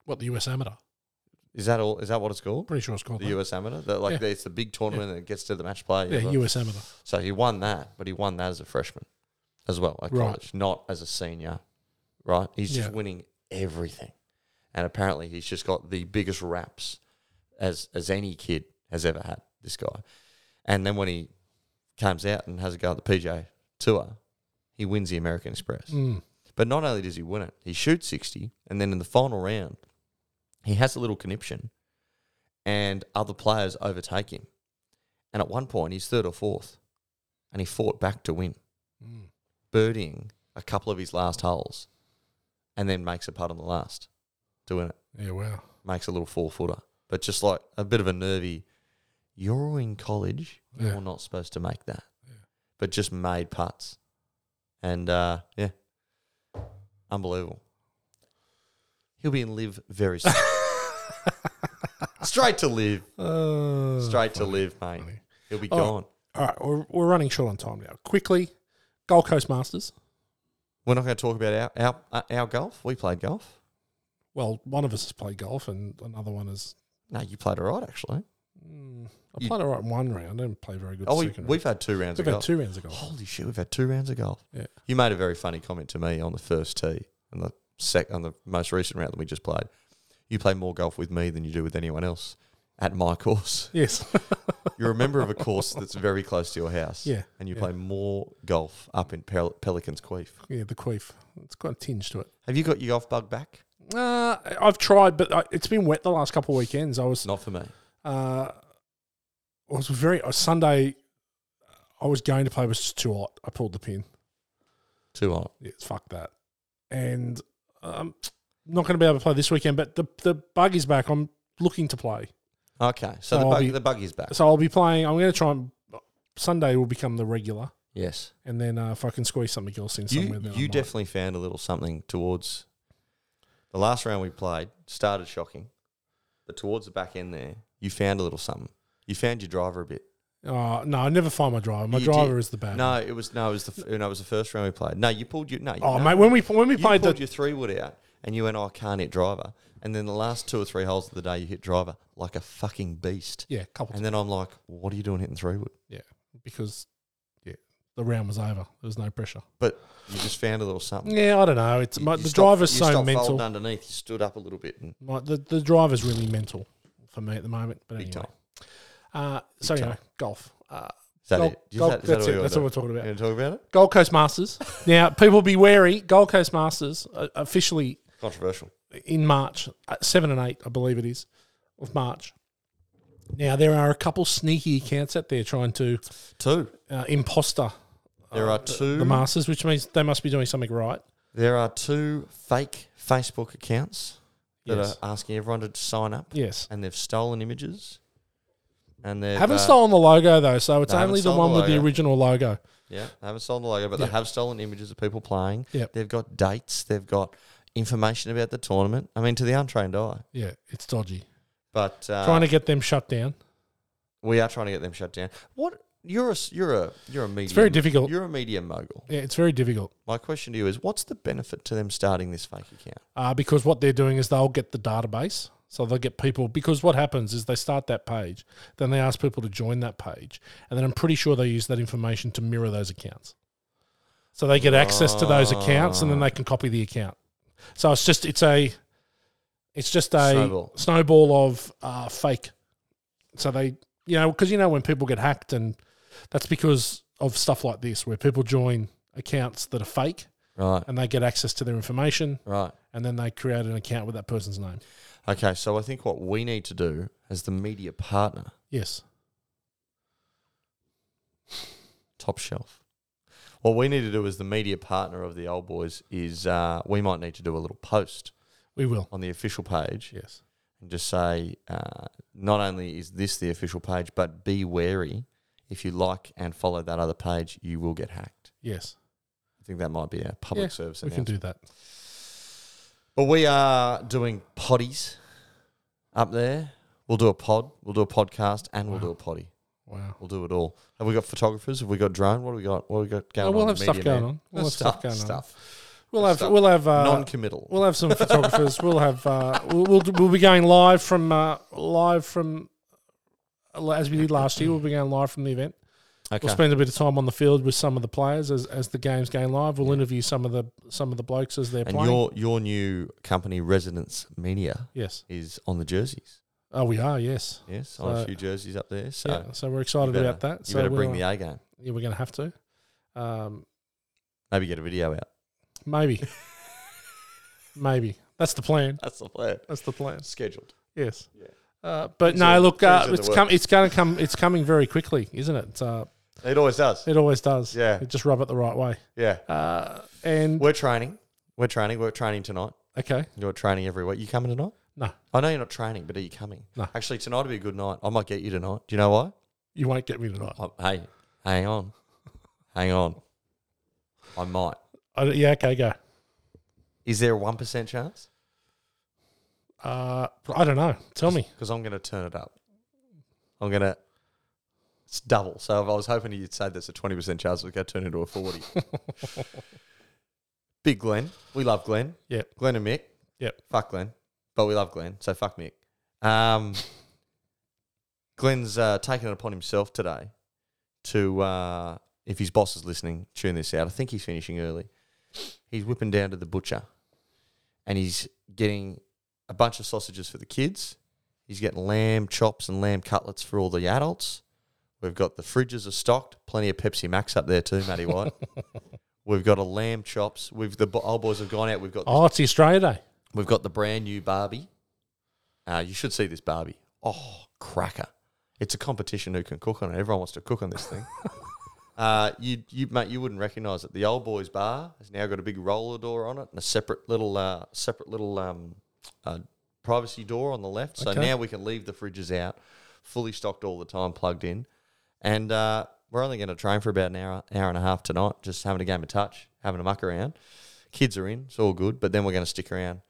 Speaker 1: What the US amateur?
Speaker 2: Is that all? Is that what it's called?
Speaker 1: Pretty sure it's called.
Speaker 2: The
Speaker 1: that.
Speaker 2: US amateur, that like
Speaker 1: Yeah.
Speaker 2: it's the big tournament that gets to the match play.
Speaker 1: yeah,
Speaker 2: But-
Speaker 1: US amateur.
Speaker 2: So he won that, but he won that as a freshman as well at
Speaker 1: Right.
Speaker 2: college, not as a senior, right? He's just
Speaker 1: Yeah.
Speaker 2: winning everything. And apparently he's just got the biggest raps as as any kid has ever had, this guy. And then when he comes out and has a go at the PJ tour, he wins the American Express.
Speaker 1: Mm.
Speaker 2: But not only does he win it, he shoots 60, and then in the final round, he has a little conniption, and other players overtake him. And at one point, he's third or fourth, and he fought back to win,
Speaker 1: Mm.
Speaker 2: birdieing a couple of his last holes, and then makes a putt on the last to win it.
Speaker 1: Yeah. Wow.
Speaker 2: Makes a little four footer, but just like a bit of a nervy, you're in college, you're
Speaker 1: Yeah.
Speaker 2: not supposed to make that, but just made putts. And uh, yeah, unbelievable. He'll be in live very soon. Straight to live.
Speaker 1: Uh,
Speaker 2: Straight to live, mate.
Speaker 1: funny.
Speaker 2: He'll be
Speaker 1: Oh.
Speaker 2: gone.
Speaker 1: All right, we're, we're running short on time now. Quickly, Gold Coast Masters.
Speaker 2: We're not going to talk about our our, uh, our golf. We played golf.
Speaker 1: Well, one of us has played golf, and another one is
Speaker 2: No, you played all right, actually.
Speaker 1: Mm, I
Speaker 2: You-
Speaker 1: played all right one round. I didn't play very good.
Speaker 2: Oh, we,
Speaker 1: second round.
Speaker 2: we've had two rounds
Speaker 1: We've
Speaker 2: of
Speaker 1: had
Speaker 2: golf.
Speaker 1: two rounds of golf.
Speaker 2: Holy shit, we've had two rounds of golf.
Speaker 1: Yeah.
Speaker 2: You made a very funny comment to me on the first tee and the sec on the most recent round that we just played. You play more golf with me than you do with anyone else at my course.
Speaker 1: Yes.
Speaker 2: You're a member of a course that's very close to your house.
Speaker 1: yeah.
Speaker 2: And you
Speaker 1: yeah.
Speaker 2: play more golf up in Pel- Pelican's Queef.
Speaker 1: Yeah, the queef. It's got a tinge to it.
Speaker 2: Have you got your golf bug back?
Speaker 1: Uh, I've tried, but I, it's been wet the last couple of weekends. I was,
Speaker 2: Not for me.
Speaker 1: uh, I was very uh, Sunday. I was going to play, it was just too hot. I pulled the pin.
Speaker 2: Too hot.
Speaker 1: Yeah, fuck that. And um, not going to be able to play this weekend. But the the bug is back. I'm looking to play,
Speaker 2: Okay. So,
Speaker 1: So
Speaker 2: the,
Speaker 1: I'll
Speaker 2: bug,
Speaker 1: be-
Speaker 2: the bug is back.
Speaker 1: so I'll be playing. I'm going to try and Sunday will become the regular,
Speaker 2: Yes.
Speaker 1: and then uh, if I can squeeze something else in
Speaker 2: You,
Speaker 1: somewhere, then I
Speaker 2: you
Speaker 1: might.
Speaker 2: definitely found a little something towards the last round we played started shocking, but towards the back end there, you found a little something. You found your driver a bit.
Speaker 1: Uh, no, I never find my driver. My
Speaker 2: You
Speaker 1: driver is the bad.
Speaker 2: No, it was no, it was the f- no, it was the first round we played. No, you pulled your no.
Speaker 1: Oh
Speaker 2: no.
Speaker 1: mate, when we when we
Speaker 2: you
Speaker 1: played the
Speaker 2: pulled your three wood out, and you went, oh, "I can't hit driver." And then the last two or three holes of the day, you hit driver like a fucking beast.
Speaker 1: yeah couple
Speaker 2: And then I'm like, "What are you doing hitting three wood?"
Speaker 1: because yeah, the round was over. There was no pressure.
Speaker 2: You just found a little something.
Speaker 1: Yeah, I don't know. It's
Speaker 2: You-
Speaker 1: my,
Speaker 2: you
Speaker 1: the
Speaker 2: stopped-
Speaker 1: driver's
Speaker 2: you
Speaker 1: so
Speaker 2: stopped folding
Speaker 1: mental.
Speaker 2: underneath. You stood up a little bit and
Speaker 1: My, the the driver's really mental for me at the moment. But
Speaker 2: big
Speaker 1: anyway,
Speaker 2: time.
Speaker 1: uh, so
Speaker 2: Big
Speaker 1: anyway,
Speaker 2: time.
Speaker 1: golf. Uh,
Speaker 2: Is that
Speaker 1: Gold-
Speaker 2: it? Is
Speaker 1: Gold-
Speaker 2: that- is that
Speaker 1: that's
Speaker 2: all
Speaker 1: it.
Speaker 2: you
Speaker 1: That's
Speaker 2: wanna
Speaker 1: all we're talking
Speaker 2: do? You
Speaker 1: about.
Speaker 2: want to talk about it?
Speaker 1: Gold Coast Masters. now, people be wary. Gold Coast Masters uh, officially
Speaker 2: Controversial.
Speaker 1: in March, uh, seven and eight, I believe it is, of March. Now there are a couple sneaky accounts out there trying to
Speaker 2: Two.
Speaker 1: uh, imposter
Speaker 2: There are
Speaker 1: Uh, the-
Speaker 2: two.
Speaker 1: the Masters, which means they must be doing something right.
Speaker 2: there are two fake Facebook accounts that
Speaker 1: Yes.
Speaker 2: are asking everyone to sign up,
Speaker 1: Yes.
Speaker 2: and they've stolen images. And they
Speaker 1: Haven't stolen the logo though, so it's
Speaker 2: uh, They haven't
Speaker 1: only the
Speaker 2: stolen
Speaker 1: one
Speaker 2: the
Speaker 1: with the
Speaker 2: logo.
Speaker 1: original logo.
Speaker 2: Yeah, they haven't stolen the logo, but
Speaker 1: Yeah.
Speaker 2: they have stolen images of people playing.
Speaker 1: Yep.
Speaker 2: They've got dates. They've got information about the tournament. I mean, to the untrained eye.
Speaker 1: Yeah, it's dodgy.
Speaker 2: But uh,
Speaker 1: Trying to get them shut down.
Speaker 2: we are trying to get them shut down. What you're a s- you're a you're a media.
Speaker 1: It's very difficult.
Speaker 2: You're a media mogul.
Speaker 1: Yeah, it's very difficult
Speaker 2: My question to you is, what's the benefit to them starting this fake account?
Speaker 1: uh, because what they're doing is they'll get the database. So they'll get people because what happens is they start that page, then they ask people to join that page, and then I'm pretty sure they use that information to mirror those accounts. So they get access to those accounts, and then they can copy the account. So it's just it's a it's just a
Speaker 2: Snowball.
Speaker 1: snowball of uh, fake. So they you know because you know when people get hacked, and that's because of stuff like this where people join accounts that are fake,
Speaker 2: Right.
Speaker 1: and they get access to their information,
Speaker 2: Right.
Speaker 1: and then they create an account with that person's name.
Speaker 2: Okay, so I think what we need to do as the media partner,
Speaker 1: Yes.
Speaker 2: top shelf, what we need to do as the media partner of the old boys is uh, we might need to do a little post
Speaker 1: We will.
Speaker 2: on the official page
Speaker 1: Yes.
Speaker 2: and just say, uh, not only is this the official page, but be wary. If you like and follow that other page, you will get hacked.
Speaker 1: Yes.
Speaker 2: I think that might be a public
Speaker 1: Yeah,
Speaker 2: service
Speaker 1: we can
Speaker 2: announcement.
Speaker 1: do that.
Speaker 2: But we are doing potties up there. We'll do a pod, we'll do a podcast, and we'll
Speaker 1: Wow.
Speaker 2: do a potty.
Speaker 1: Wow.
Speaker 2: We'll do it all. Have we got photographers? Have we got drone? What do we got? What do we got going
Speaker 1: No, we'll
Speaker 2: on?
Speaker 1: have stuff
Speaker 2: Media
Speaker 1: going
Speaker 2: man.
Speaker 1: on. We'll have
Speaker 2: stuff,
Speaker 1: stuff going on.
Speaker 2: Stuff.
Speaker 1: We'll have
Speaker 2: Stuff.
Speaker 1: we'll have uh,
Speaker 2: Non-committal.
Speaker 1: we'll have some photographers. We'll have uh, we'll, we'll we'll be going live from uh, live from uh, as we did last year. We'll be going live from the event.
Speaker 2: okay.
Speaker 1: We'll spend a bit of time on the field with some of the players as, as the game's going live. We'll
Speaker 2: Yeah.
Speaker 1: interview some of the some of the blokes as they're
Speaker 2: and
Speaker 1: playing.
Speaker 2: your your new company, Residence Media,
Speaker 1: yes.
Speaker 2: is on the jerseys.
Speaker 1: Oh, we are. Yes.
Speaker 2: Yes, on a
Speaker 1: So-
Speaker 2: few jerseys up there. So
Speaker 1: yeah. So we're excited
Speaker 2: better-
Speaker 1: about that.
Speaker 2: you
Speaker 1: So
Speaker 2: better bring
Speaker 1: we'll,
Speaker 2: the A game.
Speaker 1: yeah, we're going to have to. Um,
Speaker 2: Maybe get a video out.
Speaker 1: Maybe. Maybe. That's the plan.
Speaker 2: That's the plan.
Speaker 1: That's the plan.
Speaker 2: Scheduled.
Speaker 1: Yes.
Speaker 2: Yeah.
Speaker 1: Uh, but
Speaker 2: Things
Speaker 1: no,
Speaker 2: are-
Speaker 1: look, uh,
Speaker 2: things are in
Speaker 1: it's
Speaker 2: the
Speaker 1: come. It's going to come. It's coming very quickly, isn't it? It's, Uh,
Speaker 2: It always does.
Speaker 1: it always does.
Speaker 2: Yeah.
Speaker 1: You just rub it the right way.
Speaker 2: Yeah.
Speaker 1: Uh, and
Speaker 2: We're training. We're training. We're training tonight.
Speaker 1: okay,
Speaker 2: You're training every week. You coming tonight?
Speaker 1: No.
Speaker 2: I know you're not training, but are you coming?
Speaker 1: No.
Speaker 2: Actually, tonight would be a good night. I might get you tonight. Do you know why?
Speaker 1: you won't get me tonight.
Speaker 2: Oh, hey, hang on, hang on. I might.
Speaker 1: I, yeah. Okay. Go.
Speaker 2: Is there a one percent chance?
Speaker 1: Uh, I don't know. Tell me.
Speaker 2: Because I'm going to turn it up. I'm going to. It's double. So if I was hoping you'd say there's a twenty percent chance, it's going to turn into a forty. Big Glenn, we love Glenn.
Speaker 1: Yep.
Speaker 2: Glenn and Mick.
Speaker 1: Yep.
Speaker 2: Fuck Glenn, but we love Glenn, so fuck Mick. Um, Glenn's uh, taken it upon himself today to, uh, if his boss is listening, tune this out. I think he's finishing early. He's whipping down to the butcher and he's getting a bunch of sausages for the kids. He's getting lamb chops and lamb cutlets for all the adults. We've got the fridges are stocked, plenty of Pepsi Max up there too, Matty White. we've got a lamb chops. We've the bo- old boys have gone out. We've got the
Speaker 1: Oh, it's the Australia Day.
Speaker 2: We've got the brand new Barbie. Uh, you should see this Barbie. Oh, cracker! It's a competition who can cook on it. Everyone wants to cook on this thing. uh, you, you, mate, you wouldn't recognise it. The old boys bar has now got a big roller door on it and a separate little, uh, separate little um, uh, privacy door on the left. So
Speaker 1: Okay.
Speaker 2: now we can leave the fridges out, fully stocked all the time, plugged in, and uh, we're only going to train for about an hour, hour and a half tonight, just having a game of touch, having a muck around. Kids are in, it's all good, but then we're going to stick around.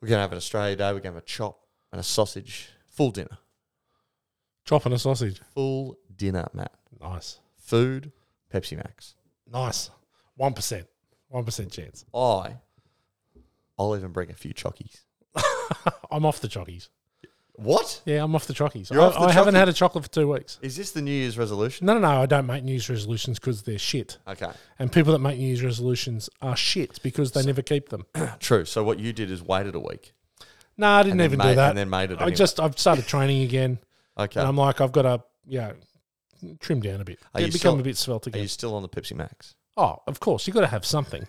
Speaker 2: We're going to have an Australia Day. We're going to have a chop and a sausage. Full dinner.
Speaker 1: Chopping a sausage.
Speaker 2: Full dinner, Matt.
Speaker 1: Nice.
Speaker 2: Food, Pepsi Max.
Speaker 1: Nice. 1%. 1% chance.
Speaker 2: I, I'll even bring a few chockies.
Speaker 1: I'm off the chockies.
Speaker 2: What?
Speaker 1: Yeah, I'm off the chockies.
Speaker 2: You're
Speaker 1: I,
Speaker 2: off the
Speaker 1: I haven't
Speaker 2: chockies?
Speaker 1: had a chocolate for two weeks.
Speaker 2: Is this the New Year's resolution?
Speaker 1: No, no, no. I don't make New Year's resolutions because they're shit.
Speaker 2: Okay.
Speaker 1: And people that make New Year's resolutions are shit because they never keep them.
Speaker 2: True. So what you did is waited a week.
Speaker 1: No, I didn't
Speaker 2: then
Speaker 1: even
Speaker 2: made-
Speaker 1: do that.
Speaker 2: and then made it
Speaker 1: I
Speaker 2: anyway.
Speaker 1: just I've started training again,
Speaker 2: Okay.
Speaker 1: and I'm like I've got to yeah trim down a bit,
Speaker 2: Are
Speaker 1: Get-
Speaker 2: you
Speaker 1: become
Speaker 2: still-
Speaker 1: a bit svelte
Speaker 2: Are
Speaker 1: again.
Speaker 2: you still on the Pepsi Max?
Speaker 1: oh, of course you got to have something.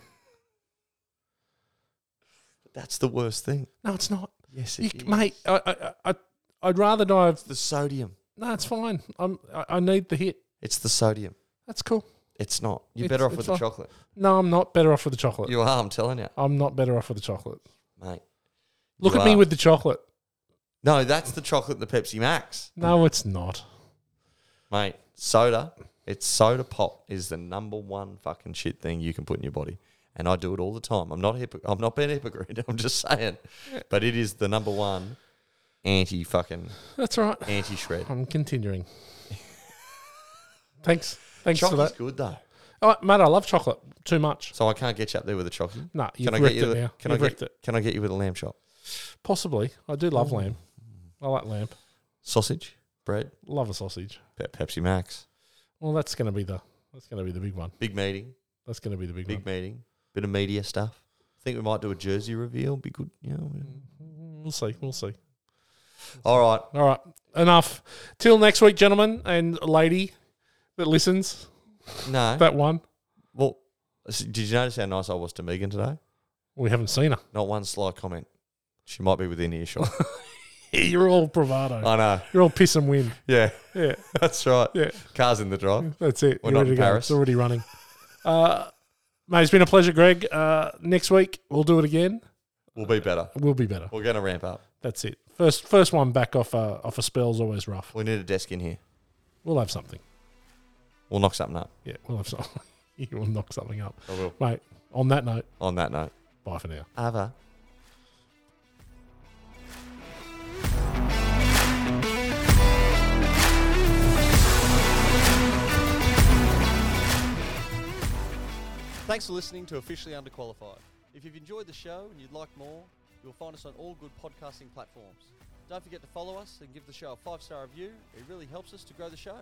Speaker 2: That's the worst thing.
Speaker 1: No, it's not,
Speaker 2: Yes,
Speaker 1: you, mate. I, I I I'd rather die of
Speaker 2: The sodium.
Speaker 1: no. It's fine. I'm I, I need the hit.
Speaker 2: It's the sodium.
Speaker 1: That's cool.
Speaker 2: It's not. You're
Speaker 1: It's-
Speaker 2: better off
Speaker 1: it's
Speaker 2: with
Speaker 1: fine.
Speaker 2: the chocolate.
Speaker 1: No, I'm not better off with the chocolate.
Speaker 2: You are. I'm telling you,
Speaker 1: I'm not better off with the chocolate.
Speaker 2: mate.
Speaker 1: Look
Speaker 2: You
Speaker 1: at me
Speaker 2: are.
Speaker 1: with the chocolate.
Speaker 2: No, that's the chocolate. and The Pepsi Max,
Speaker 1: No, it's not.
Speaker 2: mate. Soda. It's soda pop is the number one fucking shit thing you can put in your body, and I do it all the time. I'm not a hypo- I'm not being a hypocrite. I'm just saying, but it is the number one anti fucking
Speaker 1: That's all right.
Speaker 2: anti shred.
Speaker 1: I'm continuing. Thanks. Thanks for
Speaker 2: Chocolate's
Speaker 1: that.
Speaker 2: good though,
Speaker 1: Oh, mate, I love chocolate too much.
Speaker 2: so I can't get you up there with a chocolate.
Speaker 1: No, you've
Speaker 2: I
Speaker 1: wrecked
Speaker 2: you
Speaker 1: it
Speaker 2: with-
Speaker 1: now.
Speaker 2: Can
Speaker 1: you've
Speaker 2: I
Speaker 1: wrecked
Speaker 2: get
Speaker 1: it.
Speaker 2: Can I get you with a lamb chop,
Speaker 1: Possibly. I do love lamb. I like lamb.
Speaker 2: sausage, bread,
Speaker 1: Love a sausage.
Speaker 2: Pe- Pepsi Max,
Speaker 1: Well, that's going to be the that's going to be the big one.
Speaker 2: big meeting,
Speaker 1: That's going to be the big,
Speaker 2: big meeting, bit of media stuff. I think we might do a jersey reveal. Be good, you know.
Speaker 1: one. We'll see. We'll see.
Speaker 2: All right.
Speaker 1: All right. Enough. Till next week, gentlemen and lady that listens.
Speaker 2: No.
Speaker 1: That one.
Speaker 2: well, s- did you notice how nice I was to Megan today?
Speaker 1: We haven't seen her.
Speaker 2: Not one sly comment. She might be within earshot.
Speaker 1: You're all bravado.
Speaker 2: I know.
Speaker 1: You're all piss and win.
Speaker 2: Yeah,
Speaker 1: Yeah.
Speaker 2: that's right.
Speaker 1: Yeah.
Speaker 2: Car's in the drive.
Speaker 1: That's it.
Speaker 2: uh, We're
Speaker 1: You're
Speaker 2: not
Speaker 1: ready
Speaker 2: in
Speaker 1: to go.
Speaker 2: Paris.
Speaker 1: It's already running. Uh, mate, it's been a pleasure, Greg. Uh, next week we'll do it again.
Speaker 2: We'll be better.
Speaker 1: We'll be better.
Speaker 2: We're going to ramp up.
Speaker 1: That's it. First, first one back off uh, off a spell's always rough.
Speaker 2: We need a desk in here.
Speaker 1: We'll have something.
Speaker 2: We'll knock something up.
Speaker 1: Yeah, we'll have something. you will knock something up,
Speaker 2: I will.
Speaker 1: mate. On that note,
Speaker 2: On that note,
Speaker 1: bye for now.
Speaker 2: Ava.
Speaker 3: Thanks for listening to Officially Underqualified. If you've enjoyed the show and you'd like more, you'll find us on all good podcasting platforms. Don't forget to follow us and give the show a five star review, it really helps us to grow the show.